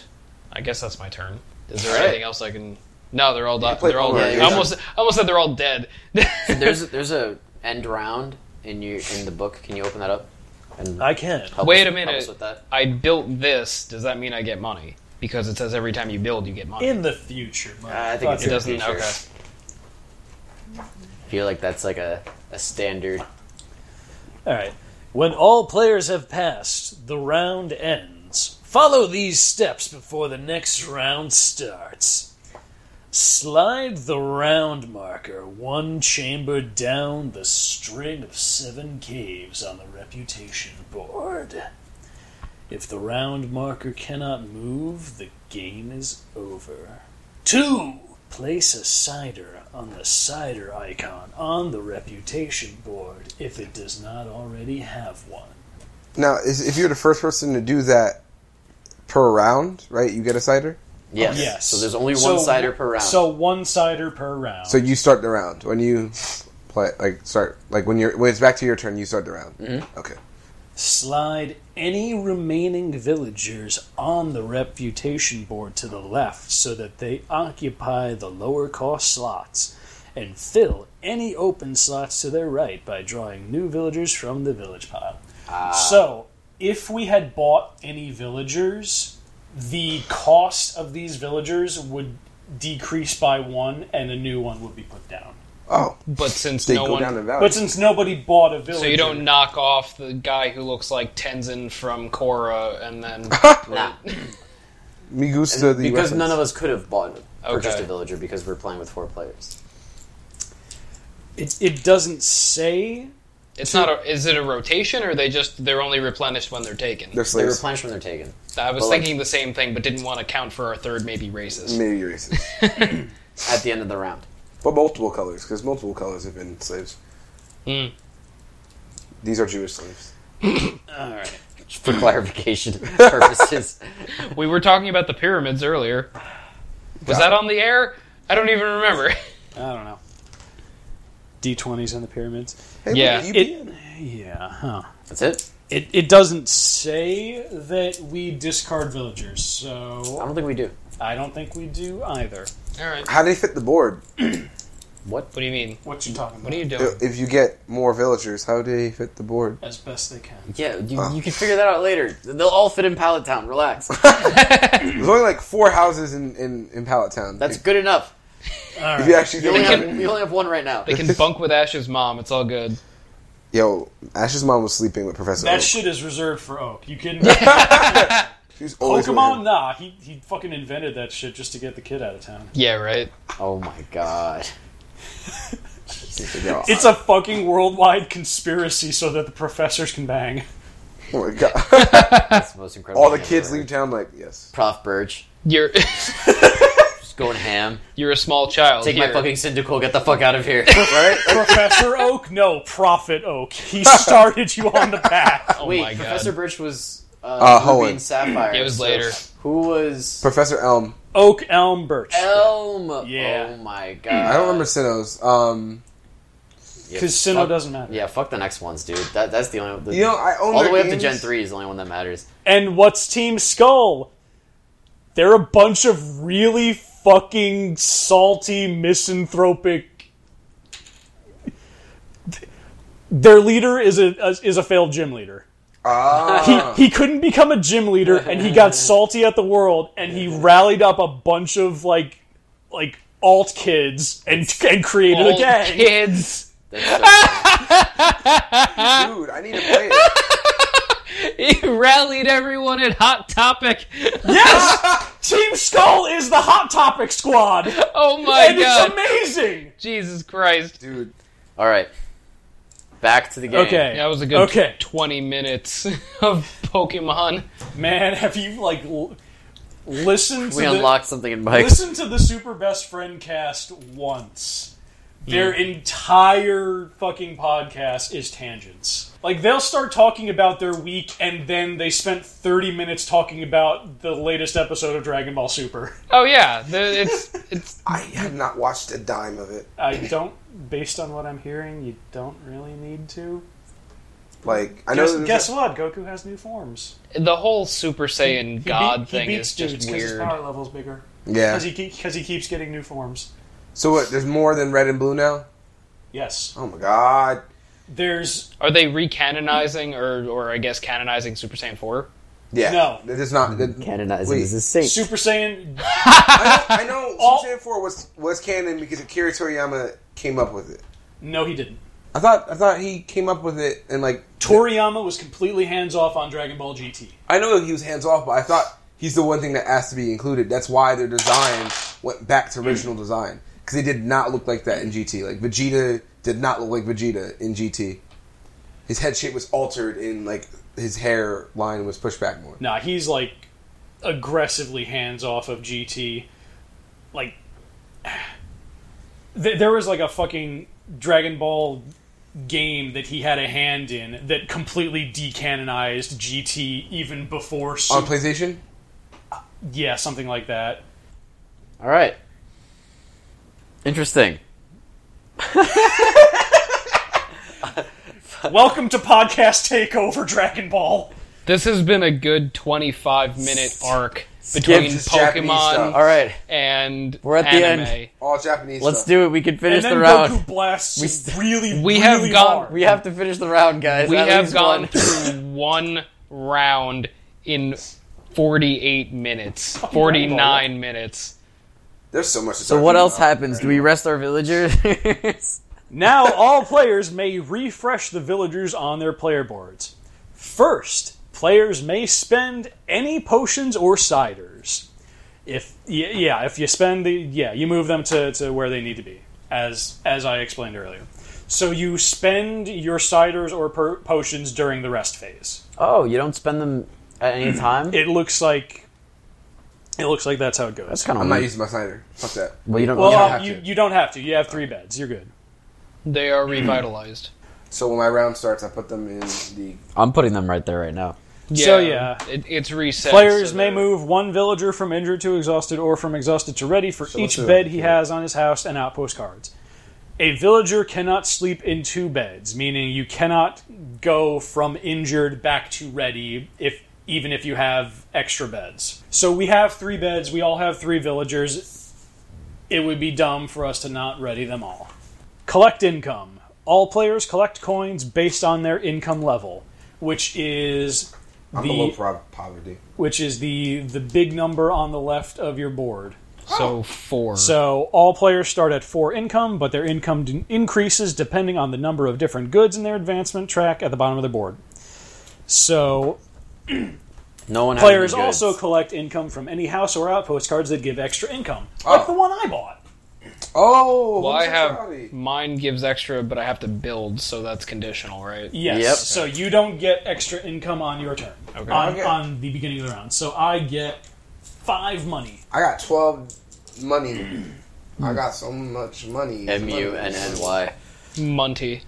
I guess that's my turn. Is there
All right.
anything else I can? No, they're all di-
play
they're all
Pokemon,
dead.
yeah,
I
yeah.
almost I almost said they're all dead. *laughs*
There's there's a end round in your in the book. Can you open that up? And
I can.
help
Wait
us-
a
Help
minute.
us with that.
I built this. Does that mean I get money? Because it says every time you build, you get money.
In the future, Mike.
Uh, I think it's
it
in the
doesn't.
future.
Okay.
I feel like that's like a, a standard.
All right. When all players have passed, the round ends. Follow these steps before the next round starts. Slide the round marker one chamber down the string of seven caves on the reputation board. If the round marker cannot move, the game is over. Two! Place a cider on the cider icon on the reputation board if it does not already have one.
Now, is, if you're the first person to do that per round, right, you get a cider.
Yes.
Yes.
So there's only one
So-
cider per round.
So one cider per round.
So you start the round when you play, like start, like when you're when it's back to your turn, you start the round. Okay.
Slide any remaining villagers on the reputation board to the left so that they occupy the lower cost slots, and fill any open slots to their right by drawing new villagers from the village pile. So, if we had bought any villagers, the cost of these villagers would decrease by one, and a new one would be put down.
Oh,
But since
they
no
go
one,
down in value.
But since nobody bought a villager,
so you don't knock off the guy who looks like Tenzin from Korra,
*laughs*
and then
Nah.
Me gusta the weapons.
because none of us could have bought purchased
Okay.
a villager because we're playing with four players.
It, it doesn't say
It's not a. Is it a rotation or they just they're only replenished when they're taken?
Their
They
sleeves.
replenish when they're taken.
I was
but, like-
thinking the same thing, but didn't want to count for our third maybe racist.
Maybe racist.
at the end of the round.
But multiple colors, because multiple colors have been slaves.
Hmm.
These are Jewish slaves.
All right. *laughs* For clarification *laughs* purposes,
We were talking about the pyramids earlier. Was that on the air? I don't even remember.
I don't know. D20s in the pyramids.
Hey,
Yeah.
look, you
It, yeah, huh.
that's it.
It, it doesn't say that we discard villagers,
I
so
don't think we do.
I don't think we do either.
All right.
How do they fit the board?
What?
What do you mean?
What you talking about?
What are you doing?
If you get more villagers, how do they fit the board?
As best they can.
Yeah, you, you can figure that out later. They'll all fit in Pallet Town. Relax.
There's only like four houses in, in, in Pallet Town.
That's good *laughs* enough.
All
if you
right.
actually
You
do
only,
it.
have, you only have one right now.
They can bunk with Ash's mom. It's all good.
Yo, Ash's mom was sleeping with Professor
That
Oak.
shit is reserved for Oak. You kidding me?
She's always with
Pokemon?
him.
Nah, he, he fucking invented that shit just to get the kid out of town.
Yeah, right.
Oh my god. Jesus, yo.
It's a fucking worldwide conspiracy so that the professors can bang.
*laughs* Oh
*laughs*
my god.
That's the most incredible.
All the
thing I've
kids
ever
leave
heard.
town like, yes.
Prof Birch. *laughs*
You're
Just going ham.
you're a small child.
Take my
here.
fucking syndical. Get the fuck out of here.
Right?
Professor Oak? No, Prophet Oak. He started you on the path.
*laughs* Oh
Wait,
my
Professor
god.
Birch was uh,
Uh,
Ruby
Hoenn.
and Sapphire.
It was
so
later.
Who was
Professor Elm.
Oak Elm Birch.
Elm?
Yeah.
Oh my god.
I don't remember Sinnoh's. Um,
Yeah,
Because Sinnoh
fuck-
doesn't matter.
Yeah, fuck the next ones, dude. That, that's the only. The,
you know, I own
all the
their
way up to
games.
Gen three is the only one that matters.
And what's Team Skull? They're a bunch of really fucking salty, misanthropic. Their leader is a is a failed gym leader.
Ah.
*laughs* He,
Uh.
he couldn't become a gym leader, and he
*laughs*
got salty at the world, and he rallied up a bunch of like like alt kids and and created a
Old
gang.
kids. *laughs*
That's so
*laughs*
*laughs* funny.
Dude, I need to play it.
He rallied everyone at Hot Topic. *laughs*
Yes, Team Skull is the Hot Topic squad,
Oh my
and
god.
it's amazing.
Jesus Christ.
Dude,
all right, back to the game.
Okay,
That was a good
Okay.
20 minutes *laughs* of Pokemon.
Man, *laughs* have you like l- listened to
we
the,
unlocked something in Mike.
listen to the Super Best Friend cast once? Their entire fucking podcast is tangents. Like they'll start talking about their week, and then they spent thirty minutes talking about the latest episode of Dragon Ball Super.
Oh yeah, the, it's it's
I have not watched a dime of it.
I don't. Based on what I'm hearing, you don't really need to.
Like, I know.
Guess,
there's
guess
a-
what? Goku has new forms.
the whole Super Saiyan
He
God
beat- he
thing
beats
is just
dudes 'cause His
weird.
power level's bigger
Yeah.
because he because he keeps getting new forms.
So what? There's more than red and blue now.
Yes,
Oh my god.
there's
Are they recanonizing or or I guess canonizing Super Saiyan 4?
Yeah.
No.
It is not. It,
Canonizing
Wait.
is a saint.
Super Saiyan
I know. I *laughs* know
All-
Super Saiyan Four was was canon because Akira Toriyama came up with it.
No, he didn't.
I thought. I thought he came up with it and like.
Toriyama was completely hands off on Dragon Ball GT.
I know he was hands off, but I thought he's the one thing that has to be included. That's why their design went back to original design because they did not look like that in GT. Like Vegeta did not look like Vegeta in GT. His head shape was altered, and like his hair line was pushed back more.
Nah, he's like aggressively hands off of GT. Like, *sighs* th- there was like a fucking Dragon Ball game that he had a hand in that completely decanonized GT even before. Su-
On PlayStation,
yeah, something like that.
All right, interesting.
Welcome to podcast takeover Dragon Ball.
This has been a good 25 minute arc between
this Japanese
Pokemon
stuff.
All right,
and
We're at the
anime.
end.
all Japanese.
let's
stuff.
do it. We can finish
And
the
then
round.
Goku blasts
We
we
st-
really,
We
really
have gone-
hard.
We have to finish the round, guys.
We
At
have
least
gone
one. *laughs*
through one round in
*laughs*
48 minutes, 49 minutes.
There's so much. To
So what else happens? Do we rest our villagers? *laughs*
Now, all players may refresh the villagers on their player boards. First, players may spend any potions or ciders. If y- yeah, if you spend the yeah, you move them to, to where they need to be. as as I explained earlier. So you spend your ciders or per- potions during the rest phase.
Oh, you don't spend them at any time.
It looks like it looks like that's how it goes.
That's kind of
I'm not using my cider. Fuck that.
well, you don't.
well,
you don't
have
you,
to.
you don't have to. You have three beds. You're good.
They
Hmm.
are revitalized.
So when my round starts, I put them in the.
I'm putting them right there right now.
So, yeah.
it, it's reset.
Players
so
may
they're-
move one villager from injured to exhausted or from exhausted to ready for each
let's do
bed
it.
he has on his house and outpost cards. A villager cannot sleep in two beds, meaning you cannot go from injured back to ready if even if you have extra beds. So we have three beds, we all have three villagers. It would be dumb for us to not ready them all. Collect income. All players collect coins based on their income level, which is
I'm
the
below pro- poverty.
which is the the big number on the left of your board.
So four.
So all players start at four income, but their income d- increases depending on the number of different goods in their advancement track at the bottom of the board. So
No one. has
players
any good.
also collect income from any house or outpost cards that give extra income,
Oh.
like the one I bought.
Oh,
Well, I have
homosexuality.
mine gives extra, but I have to build, so that's conditional, right?
Yes.
Yep.
So you don't get extra income on your turn
Okay.
on,
Okay.
on the beginning of the round. So I get five money.
I got twelve *clears throat* money. I got so much money.
mu and ny.
Monty.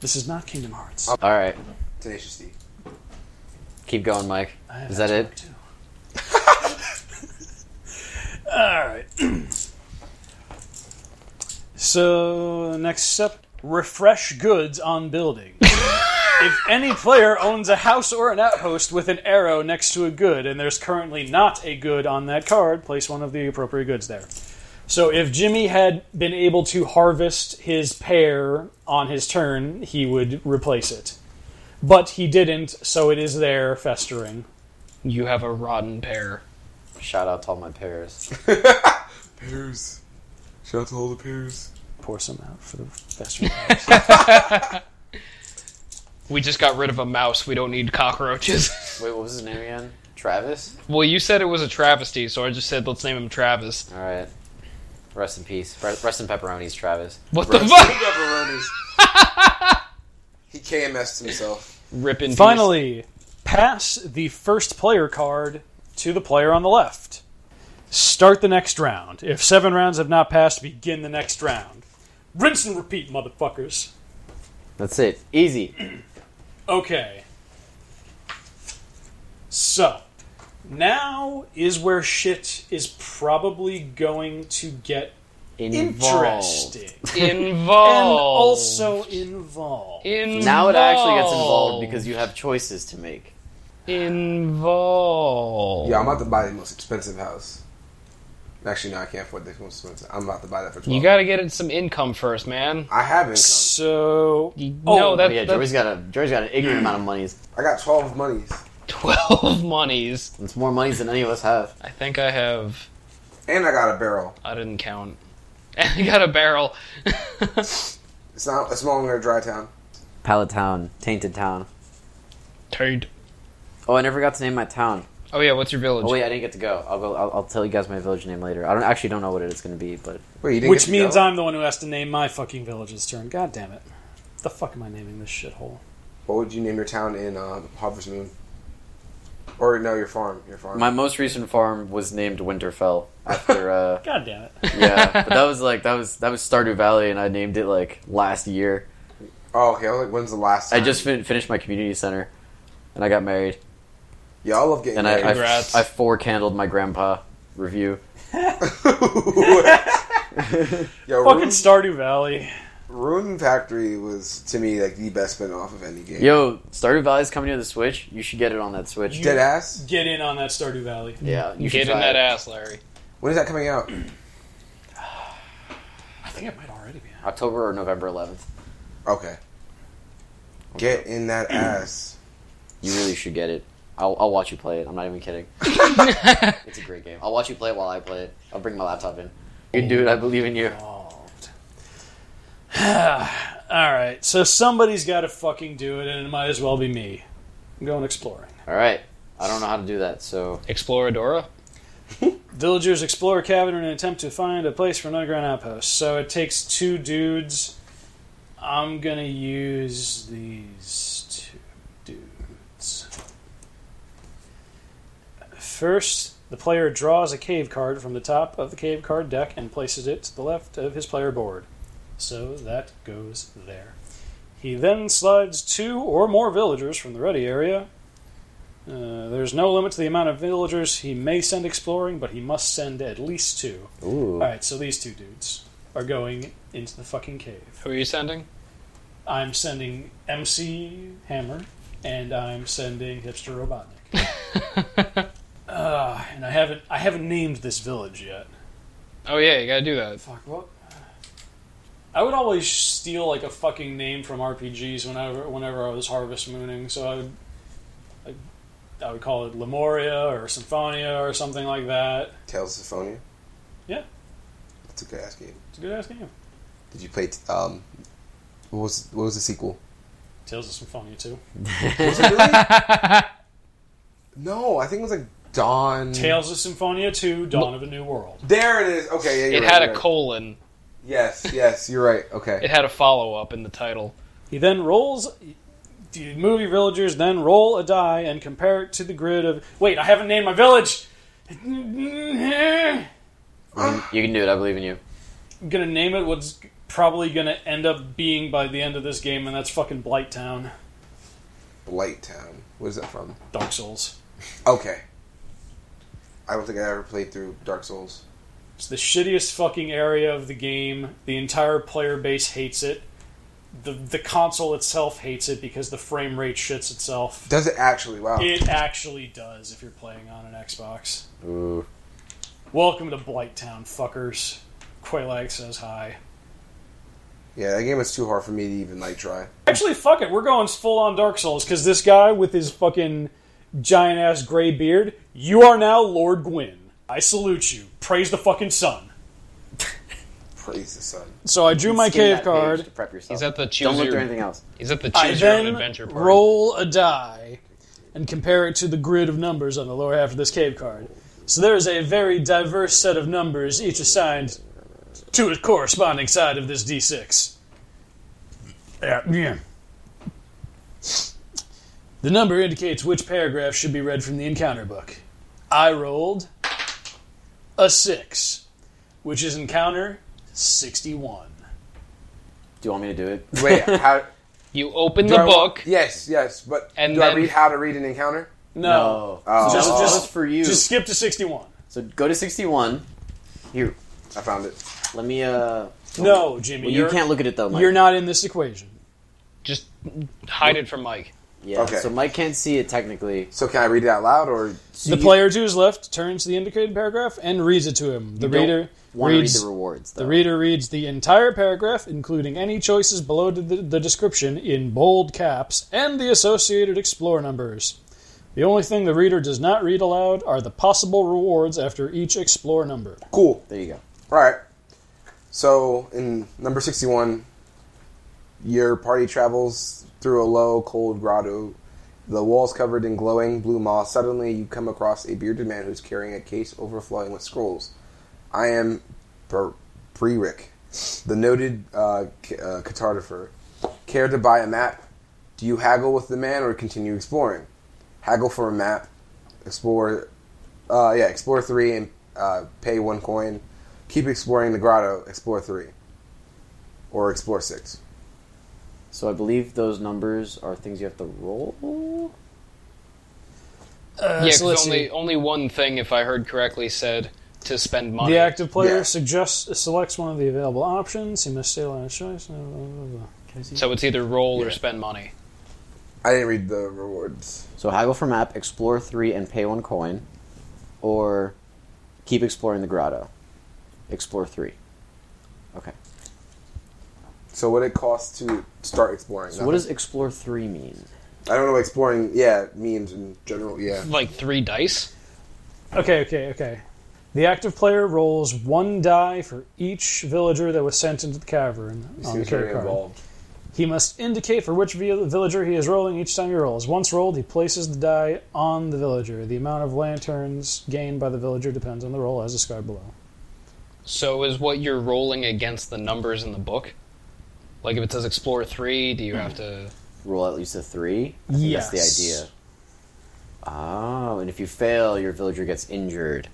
This is not Kingdom Hearts.
All right,
Tenacious D.
keep going, Mike.
I have
Is that it?
too. All right. so next up, refresh goods on building. if any player owns a house or an outpost with an arrow next to a good, and there's currently not a good on that card, place one of the appropriate goods there. So if Jimmy had been able to harvest his pear on his turn, he would replace it. But he didn't, so it is there festering.
You have a rotten pear.
Shout out to all my pears.
Pears. Shout out to all the *laughs* pears.
pour some out for the festival.
We just got rid of a mouse. We don't need cockroaches. *laughs*
Wait, what was his name again? Travis.
well, you said it was a travesty, so I just said let's name him Travis.
All right. Rest in peace. Re- Rest in pepperonis, Travis.
What the fuck?
*laughs* he KMS'd himself.
Rip in peace.
Finally, pass the first player card to the player on the left. Start the next round. If seven rounds have not passed, begin the next round. Rinse and repeat, motherfuckers.
That's it. Easy.
Okay. So, now is where shit is probably going to get
Involved.
interesting. And
involved.
also involved.
involved.
Now it actually gets involved because you have choices to make.
involved.
Yeah, I'm about to buy the most expensive house. Actually, no, I can't afford the most expensive. I'm about to buy that for twelve.
You got to get it some income first, man.
I have income.
So,
You,
Oh,
no,
Oh,
that,
yeah,
that's
Jory's got a Jory's got an ignorant amount of monies.
I got twelve monies,
twelve *laughs* monies.
It's more monies than any of us have.
I think I have.
and I got a barrel.
I didn't count. *laughs* And I got a barrel.
It's not. It's no longer a dry town.
Pallet Town, Tainted Town.
Tight.
Oh, I never got to name my town.
Oh yeah, what's your village?
Oh wait, I didn't get to go. I'll go. I'll, I'll tell you guys my village name later. I don't actually don't know what it is going to be, but
Wait, you didn't
Which
get
means I'm the one who has to name my fucking village's turn. God damn it. The fuck am I naming this shithole?
What would you name your town in um, Harvest Moon? Or no, your farm. Your farm.
my most recent farm was named Winterfell after.
*laughs*
uh
God damn it.
Yeah, but that was like that was that was Stardew Valley, and I named it like last year.
oh, okay. I was like, when's the last?
I
Time?
just fin- finished my community center, and I got married,
Y'all love getting
and I
married.
I,
Congrats.
I four candled my grandpa review.
*laughs*
*laughs*
Yo,
Fucking
Rune,
Stardew Valley.
Rune Factory was to me like the best spin-off of any game.
Yo, Stardew Valley's coming to the Switch. You should get it on that Switch.
Dead ass.
Get in on that Stardew Valley.
Yeah, *laughs* you should
Get in
try
that
it.
ass, Larry.
When is that coming out? *clears throat*
I think it might already be. out.
October or November 11th.
Okay. Get in that ass.
You really should get it. I'll, I'll watch you play it. I'm not even
*laughs*
kidding. it's a great game. I'll watch you play it while I play it. I'll bring my laptop in. You can do it. I believe in you.
All right, so somebody's got to fucking do it, and it might as well be me. I'm going exploring.
All right. I don't know how to do that, so
Exploradora.
Villagers explore cavern in an attempt to find a place for an underground outpost. So it takes two dudes. I'm gonna use these two dudes. First, the player draws a cave card from the top of the cave card deck and places it to the left of his player board. So that goes there. He then slides two or more villagers from the ready area uh, there's no limit to the amount of villagers he may send exploring, but he must send at least two.
Ooh.
All right, so these two dudes are going into the fucking cave.
Who are you sending?
I'm sending MC Hammer, and I'm sending Hipster Robotnik. uh, and I haven't I haven't named this village yet.
Oh yeah, you gotta do that.
Fuck what? I would always steal like a fucking name from RPGs whenever whenever I was harvest mooning. So I would like, I would call it Lemuria or Symphonia or something like that.
Tales of Symphonia.
Yeah.
That's a good ass game.
It's a good ass game.
Did you play? Um, what was what was the
*laughs*
sequel?
Tales of Symphonia too.
Was it really? no, I think it was like Dawn.
Tales of Symphonia two, Dawn of a New World.
There it is. Okay, yeah,
It
you're
had
right,
a
you're right.
colon.
Yes, yes, you're right. Okay.
It had a follow up in the title.
He then rolls. The movie villagers then roll a die and compare it to the grid of. Wait, I haven't named my village. *laughs* I'm
You can do it. I believe in you.
gonna name it what's probably gonna end up being by the end of this game, and that's fucking Blight Town,
Blight Town. What is that from?
Dark Souls.
Okay. I don't think I ever played through Dark Souls.
It's the shittiest fucking area of the game. The entire player base hates it. The the console itself hates it because the frame rate shits itself.
Does it actually? Wow.
It actually does if you're playing on an Xbox.
Ooh.
Welcome to Blight Town, fuckers. Quaylag says hi.
Yeah, that game is too hard for me to even like try.
Actually, fuck it. We're going full on Dark Souls because this guy with his fucking giant ass gray beard, you are now Lord Gwyn. I salute you. Praise the fucking sun.
Praise the sun.
So I drew my
Skim that
cave
page
card.
to prep yourself.
He's at the choose
Don't look through
your,
anything else.
he's at the
I
choose your own
then
adventure part.
roll a die and compare it to the grid of numbers on the lower half of this cave card. So there is a very diverse set of numbers, each assigned to a corresponding side of this d6. Yeah, yeah. The number indicates which paragraph should be read from the encounter book. I rolled a 6, which is encounter 61.
Do you want me to do it?
*laughs*
Wait, how?
You open
do
the
I-
book.
Yes, yes, but
And
do I
then-
read how to read an encounter?
No.
Oh,
Just,
Just- just-
for you.
Just skip to 61.
so go to 61. Here,
I found it.
let me. uh...
No, Jimmy.
Well, you
you're-
can't look at it though, Mike.
You're not in this equation.
Just hide it from Mike.
Yeah.
Okay.
So Mike can't see it technically.
So can I read it out loud or?
So
the
you
player to his left turns to the indicated paragraph and reads it to him. The
don't
reader
wanna read
reads
the rewards though.
the reader reads the entire paragraph, including any choices below the, the description in bold caps and the associated explore numbers. The only thing the reader does not read aloud are the possible rewards after each explore number.
Cool.
There you go.
All right. So in number sixty-one, your party travels through a low, cold grotto. The walls covered in glowing blue moss. Suddenly, you come across a bearded man who's carrying a case overflowing with scrolls. I am Bre- Brerick, the noted uh, c- uh, cartographer. Care to buy a map? Do you haggle with the man or continue exploring? Haggle for a map. Explore. Uh, yeah, explore three and uh, pay one coin. Keep exploring the grotto. Explore three, or explore six.
So I believe those numbers are things you have to roll.
Uh,
yeah,
so let's
because only
see.
only one thing, if I heard correctly, said to spend money.
The active player
Yeah.
suggests selects one of the available options. He must stay on his choice. Blah, blah, blah, blah.
So it's either roll or spend money.
I didn't read the rewards.
So haggle for map, explore three, and pay one coin, or keep exploring the grotto. Explore three. Okay.
So what it costs to start exploring?
So what does explore three mean?
I don't know what exploring. Yeah, means in general. Yeah.
Like three dice.
Okay, okay, okay. The active player rolls one die for each villager that was sent into the cavern on the
Seems
cave
very
card.
involved.
He must indicate for which vi- villager he is rolling each time he rolls. Once rolled, he places the die on the villager. The amount of lanterns gained by the villager depends on the roll as described below.
So is what you're rolling against the numbers in the book? Like if it says explore three, do you have to?
Roll at least a three. I think That's the
Yes.
idea. Oh, and if you fail, your villager gets injured.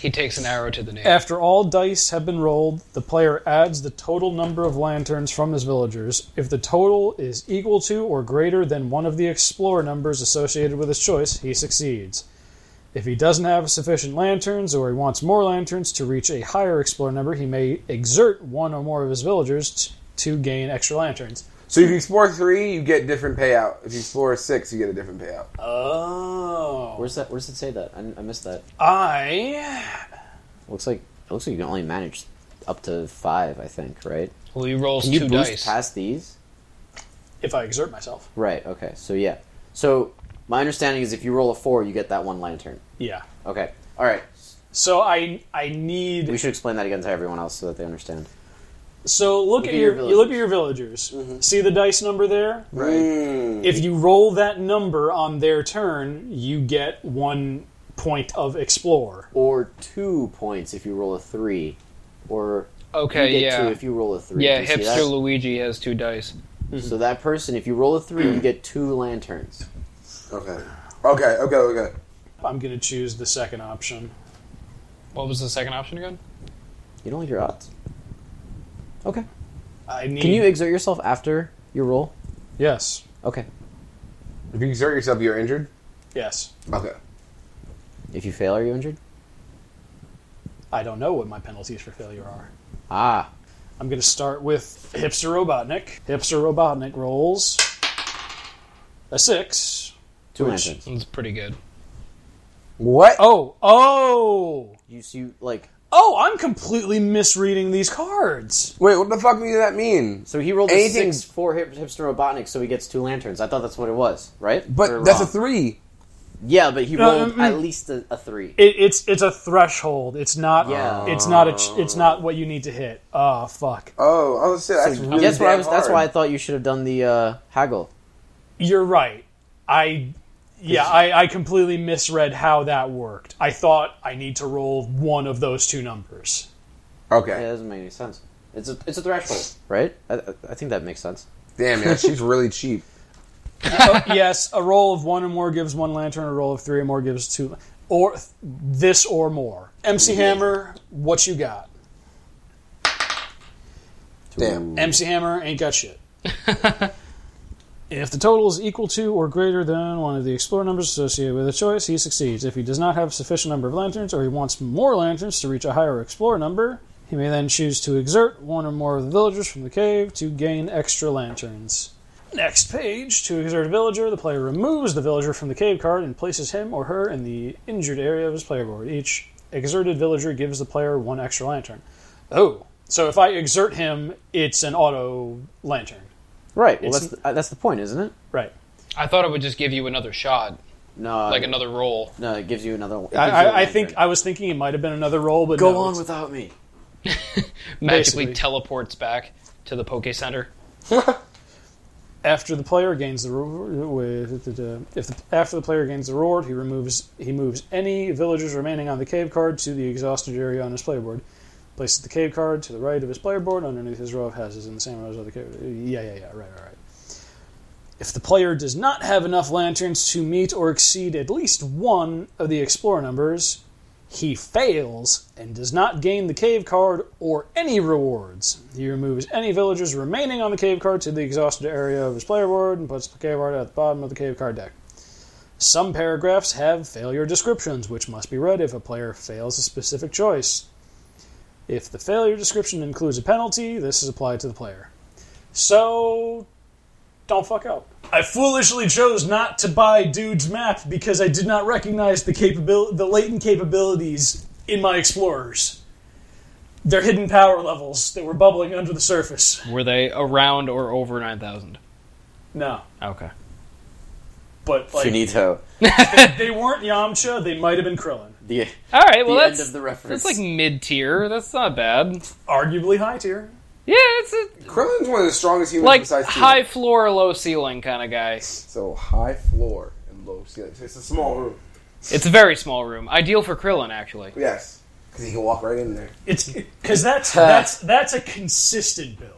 He takes an arrow to the nail.
After all dice have been rolled, the player adds the total number of lanterns from his villagers. If the total is equal to or greater than one of the explore numbers associated with his choice, he succeeds. If he doesn't have sufficient lanterns or he wants more lanterns to reach a higher explore number, he may exert one or more of his villagers t- to gain extra lanterns.
So if you explore three, you get different payout. If you explore six, you get a different payout.
Oh.
Where's that? Where does it say that? I, I missed that.
I
Looks like it looks like you can only manage up to five. I think, right?
Well, he rolls
Can you
two
boost
dice.
past these?
if I exert myself.
Right. Okay. So yeah. So my understanding is if you roll a four, you get that one lantern.
Yeah.
Okay. All right.
So I I need
We should explain that again to everyone else so that they understand.
So look, at,
at
your,
your
you look at your villagers. See the dice number there.
Right.
Mm.
If you roll that number on their turn, you get one point of explore.
Or two points if you roll a three, or you
Okay,
get
yeah,
two if you roll a three.
yeah.
You see
Hipster
that?
Luigi has two dice.
So that person, if you roll a three, you get two lanterns.
Okay. Okay. Okay. Okay.
I'm going to choose the second option.
What was the second option again?
You don't like your odds. Okay.
I need
Can you exert yourself after your roll?
Yes.
Okay.
If you exert yourself, you're injured.
Yes.
Okay.
If you fail, are you injured?
I don't know what my penalties for failure are.
Ah.
I'm going to start with Hipster Robotnik. Hipster Robotnik rolls a 6.
Two
Which-
lanterns.
That's pretty good.
What?
Oh, oh.
You see, like,
Oh, I'm completely misreading these cards.
Wait. What the fuck does that mean?
so he rolled a
Anything-
six for hip, Hipster Robotnik, so he gets two lanterns. I thought that's what it was, right? Or
But that's
wrong?
a three.
Yeah, but he
No,
rolled
mm-mm.
at least a, a three.
It, it's it's a threshold. It's not.
Yeah.
It's not a. ch- It's not what you need to hit. Oh fuck.
Oh, oh shit. That's
So
really
that's why I
damn
was, that's
hard.
why I thought you should have done the uh, haggle.
You're right. I. Yeah, I, I completely misread how that worked. I thought I need to roll one of those two numbers. *laughs*
Yeah, that
Okay.
doesn't make any sense. It's a it's a threshold, right? I, I- I think that makes sense.
Damn, yeah, she's really
*laughs*
cheap.
Oh, yes, a roll of one or more gives one lantern. A roll of three or more gives two. Or this or more. MC Hammer, what you got?
Damn.
MC Hammer ain't got shit. if the total is equal to or greater than one of the explorer numbers associated with a choice, he succeeds. If he does not have sufficient number of lanterns or he wants more lanterns to reach a higher explorer number, he may then choose to exert one or more of the villagers from the cave to gain extra lanterns. Next page, to exert a villager, the player removes the villager from the cave card and places him or her in the injured area of his player board. Each exerted villager gives the player one extra lantern. Oh, so if I exert him, it's an auto lantern,
Right. Well,
It's-
that's the, uh, that's the point, isn't it?
right?
I thought it would just give you another shot,
No,
like
it-
another roll.
No, it gives you another. it gives
I,
you a
I, I
lantern.
think I was thinking it might have been another roll, but
go
no,
on
it's-
without me.
Magically
Basically.
teleports back to the Poke Center.
after the player gains the reward. With uh, if the, after the player gains the reward, he removes he moves any villagers remaining on the cave card to the exhausted area on his player board. Places the cave card to the right of his player board underneath his row of houses in the same row as other cave. Yeah, yeah, yeah. Right, right, right. If the player does not have enough lanterns to meet or exceed at least one of the explorer numbers, he fails and does not gain the cave card or any rewards. He removes any villagers remaining on the cave card to the exhausted area of his player board and puts the cave card at the bottom of the cave card deck. Some paragraphs have failure descriptions, which must be read if a player fails a specific choice. If the failure description includes a penalty, this is applied to the player. So, don't fuck up. I foolishly chose not to buy Dude's map because I did not recognize the capabil- the latent capabilities in my explorers. Their hidden power levels that were bubbling under the surface.
Were they around or over nine thousand?
No,
Okay.
but like
Finito.
they weren't Yamcha, they might have been Krillin.
The,
All right. Well,
the
that's
end of the reference.
that's like mid tier. That's not bad.
Arguably high tier.
Yeah, it's a,
Kremlin's one of the strongest humans
like
besides T-Rex.
high floor, low ceiling kind of guy.
So high floor and low ceiling. It's a small room.
It's a very small room, ideal for Krillin actually.
Yes, because he can walk right in there.
It's because that's that's that's a consistent build.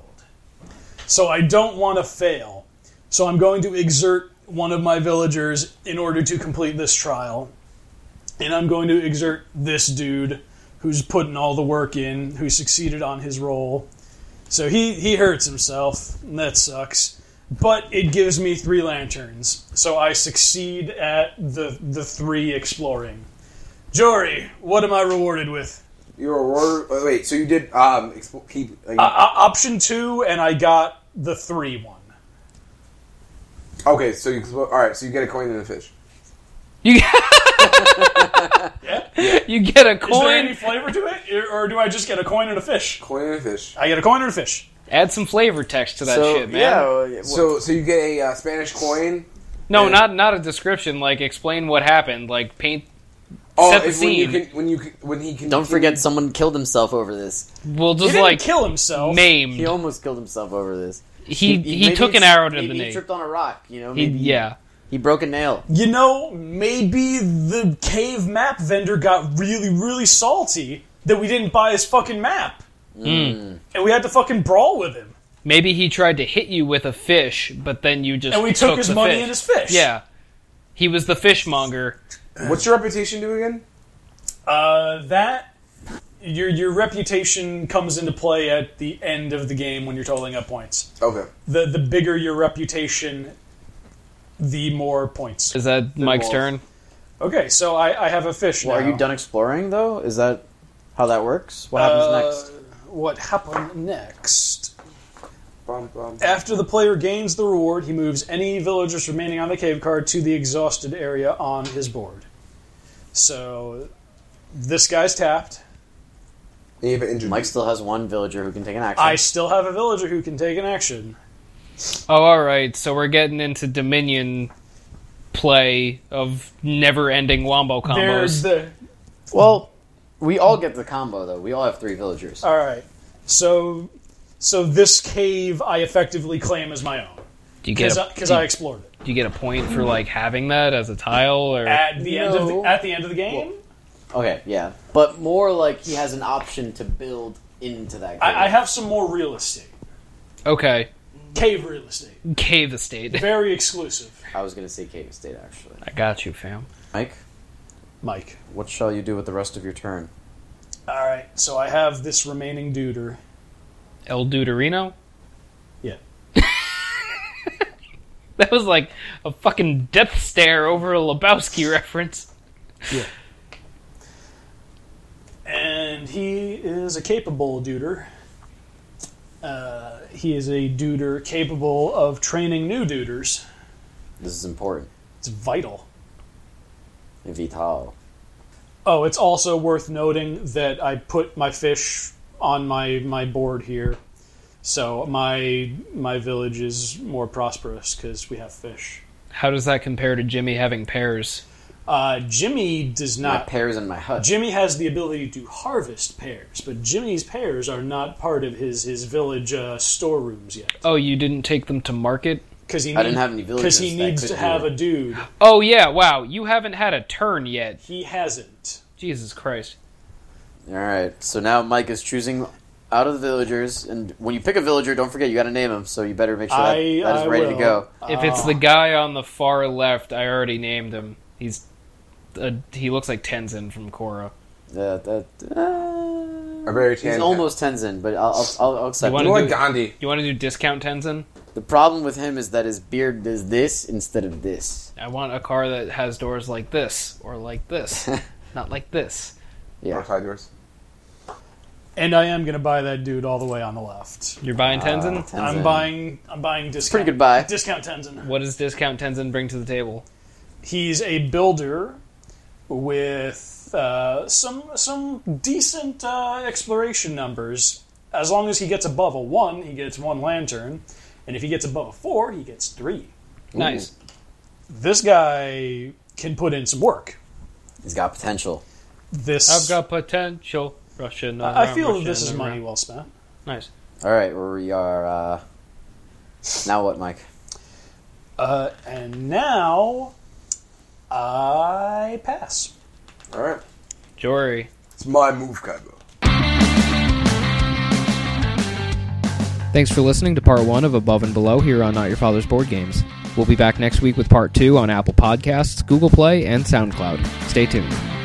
So I don't want to fail. So I'm going to exert one of my villagers in order to complete this trial, and I'm going to exert this dude who's putting all the work in, who succeeded on his role. So he he hurts himself, and that sucks. But it gives me three lanterns, so I succeed at the the three exploring. Jory, what am I rewarded with?
You're a roar. oh, Wait, so you did um expo- keep like,
uh, uh, option two, and I got the three one.
okay? So you expo- all right? So you get a coin and a fish.
You
*laughs* Yeah.
you get a
Is there any
coin,
flavor to it, or do I just get a coin and a fish?
Coin and a fish.
I get a coin and a fish.
add some flavor text to that
so,
shit, man.
Yeah, well, yeah, well,
So so you get a uh, Spanish coin.
No,
Yeah.
not not a description. Like explain what happened. Like paint.
Oh,
Set the
it's when you
scene.
can when you can, when he can.
Don't forget, someone killed himself over this.
Well,
He
just
didn't
like
kill himself.
named.
He
He
almost killed himself over this.
Mm-hmm. he,
maybe
took an
it's-
arrow to
maybe
the
He
knee.
tripped on a rock. You know,
He,
maybe
yeah.
he broke a nail.
You know, maybe the cave map vendor got really, really salty that we didn't buy his fucking map,
Hmm.
and we had to fucking brawl with him,
Maybe he tried to hit you with a fish, but then you just
and we took, his
the
money
fish.
and his fish.
Yeah. He was the fishmonger.
What's your reputation do again?
Uh, that your your reputation comes into play at the end of the game when you're totaling up points.
Okay.
the the bigger your reputation, the more points.
Is that Mike's
wolf.
turn?
Okay, so I, I have a fish
Well,
now.
are you done exploring though? Is that how that works? What happens
Uh,
next?
What happened next?
Bum, bum.
After the player gains the reward, he moves any villagers remaining on the cave card to the exhausted area on his board. So this guy's tapped.
And you have an injured.
Mike still has one villager who can take an action.
I still have a villager who can take an action.
Oh, all right. So we're getting into Dominion play of never-ending wombo
There's
combos.
the
well, we all get the combo though. We all have three villagers.
all right. So so this cave I effectively claim as my own
do you get
because
a,
because
do,
I explored it.
do you get a point for like having that as a tile or
at the end of the,
No.
at the end of the game.
Okay, yeah, but more like he has an option to build into that. Game.
I, I have some more real estate,
okay
cave real estate,
cave estate?
very exclusive.
I was gonna say cave estate actually.
I got you, fam.
Mike,
Mike.
what shall you do with the rest of your turn?
All right, so I have this remaining duder.
El Deuterino?
Yeah.
*laughs* that was like a fucking death stare over a Lebowski *laughs* reference.
and he is a capable duder. Uh, he is a duder capable of training new duders.
This is important.
It's vital.
Vital.
Oh, it's also worth noting that I put my fish on my, my board here, so my my village is more prosperous because we have fish.
How does that compare to Jimmy having pears?
Uh, Jimmy does
My
not.
pears in my hut.
Jimmy has the ability to harvest pears, but Jimmy's pears are not part of his his village uh, storerooms yet
Oh, you didn't take them to market?
because he
I didn't
need-
have any villagers
'cause he
that
needs
could
to
do
have a
it.
dude.
Oh, yeah, wow. You haven't had a turn yet.
He hasn't.
Jesus Christ.
All right. So now Mike is choosing out of the villagers, and when you pick a villager, don't forget you got to name him. So you better make sure that,
I-
that is
I
ready
will.
to go.
If it's the guy on the far left, I already named him. He's. Uh, he looks like Tenzin from Korra.
Uh, that, uh,
A very
he's
tan-
almost Tenzin, but I'll, I'll, I'll accept.
You wanna
it.
More like
do-
Gandhi.
You want to do discount Tenzin?
The problem with him is that his beard does this instead of this.
I want a car that has doors like this, or like this, not like this.
Yeah.
Or side doors.
And I am going to buy that dude all the way on the left.
You're buying Tenzin?
Tenzin.
I'm buying. I'm buying discount.
Pretty good buy.
Discount Tenzin.
What does discount Tenzin bring to the table?
He's a builder with uh, some some decent uh, exploration numbers. As long as he gets above a one, he gets one lantern, and if he gets above a four, he gets three.
Nice.
This guy can put in some work.
He's got potential.
This
I've got potential. Russian. uh,
I feel that this is money well spent.
Nice.
All right, we are uh, now what, Mike?
Uh, and now I pass.
All right.
Jory.
It's my move, Kaibo.
Thanks for listening to part one of Above and Below here on Not Your Father's Board Games. We'll be back next week with part two on Apple Podcasts, Google Play, and SoundCloud. Stay tuned.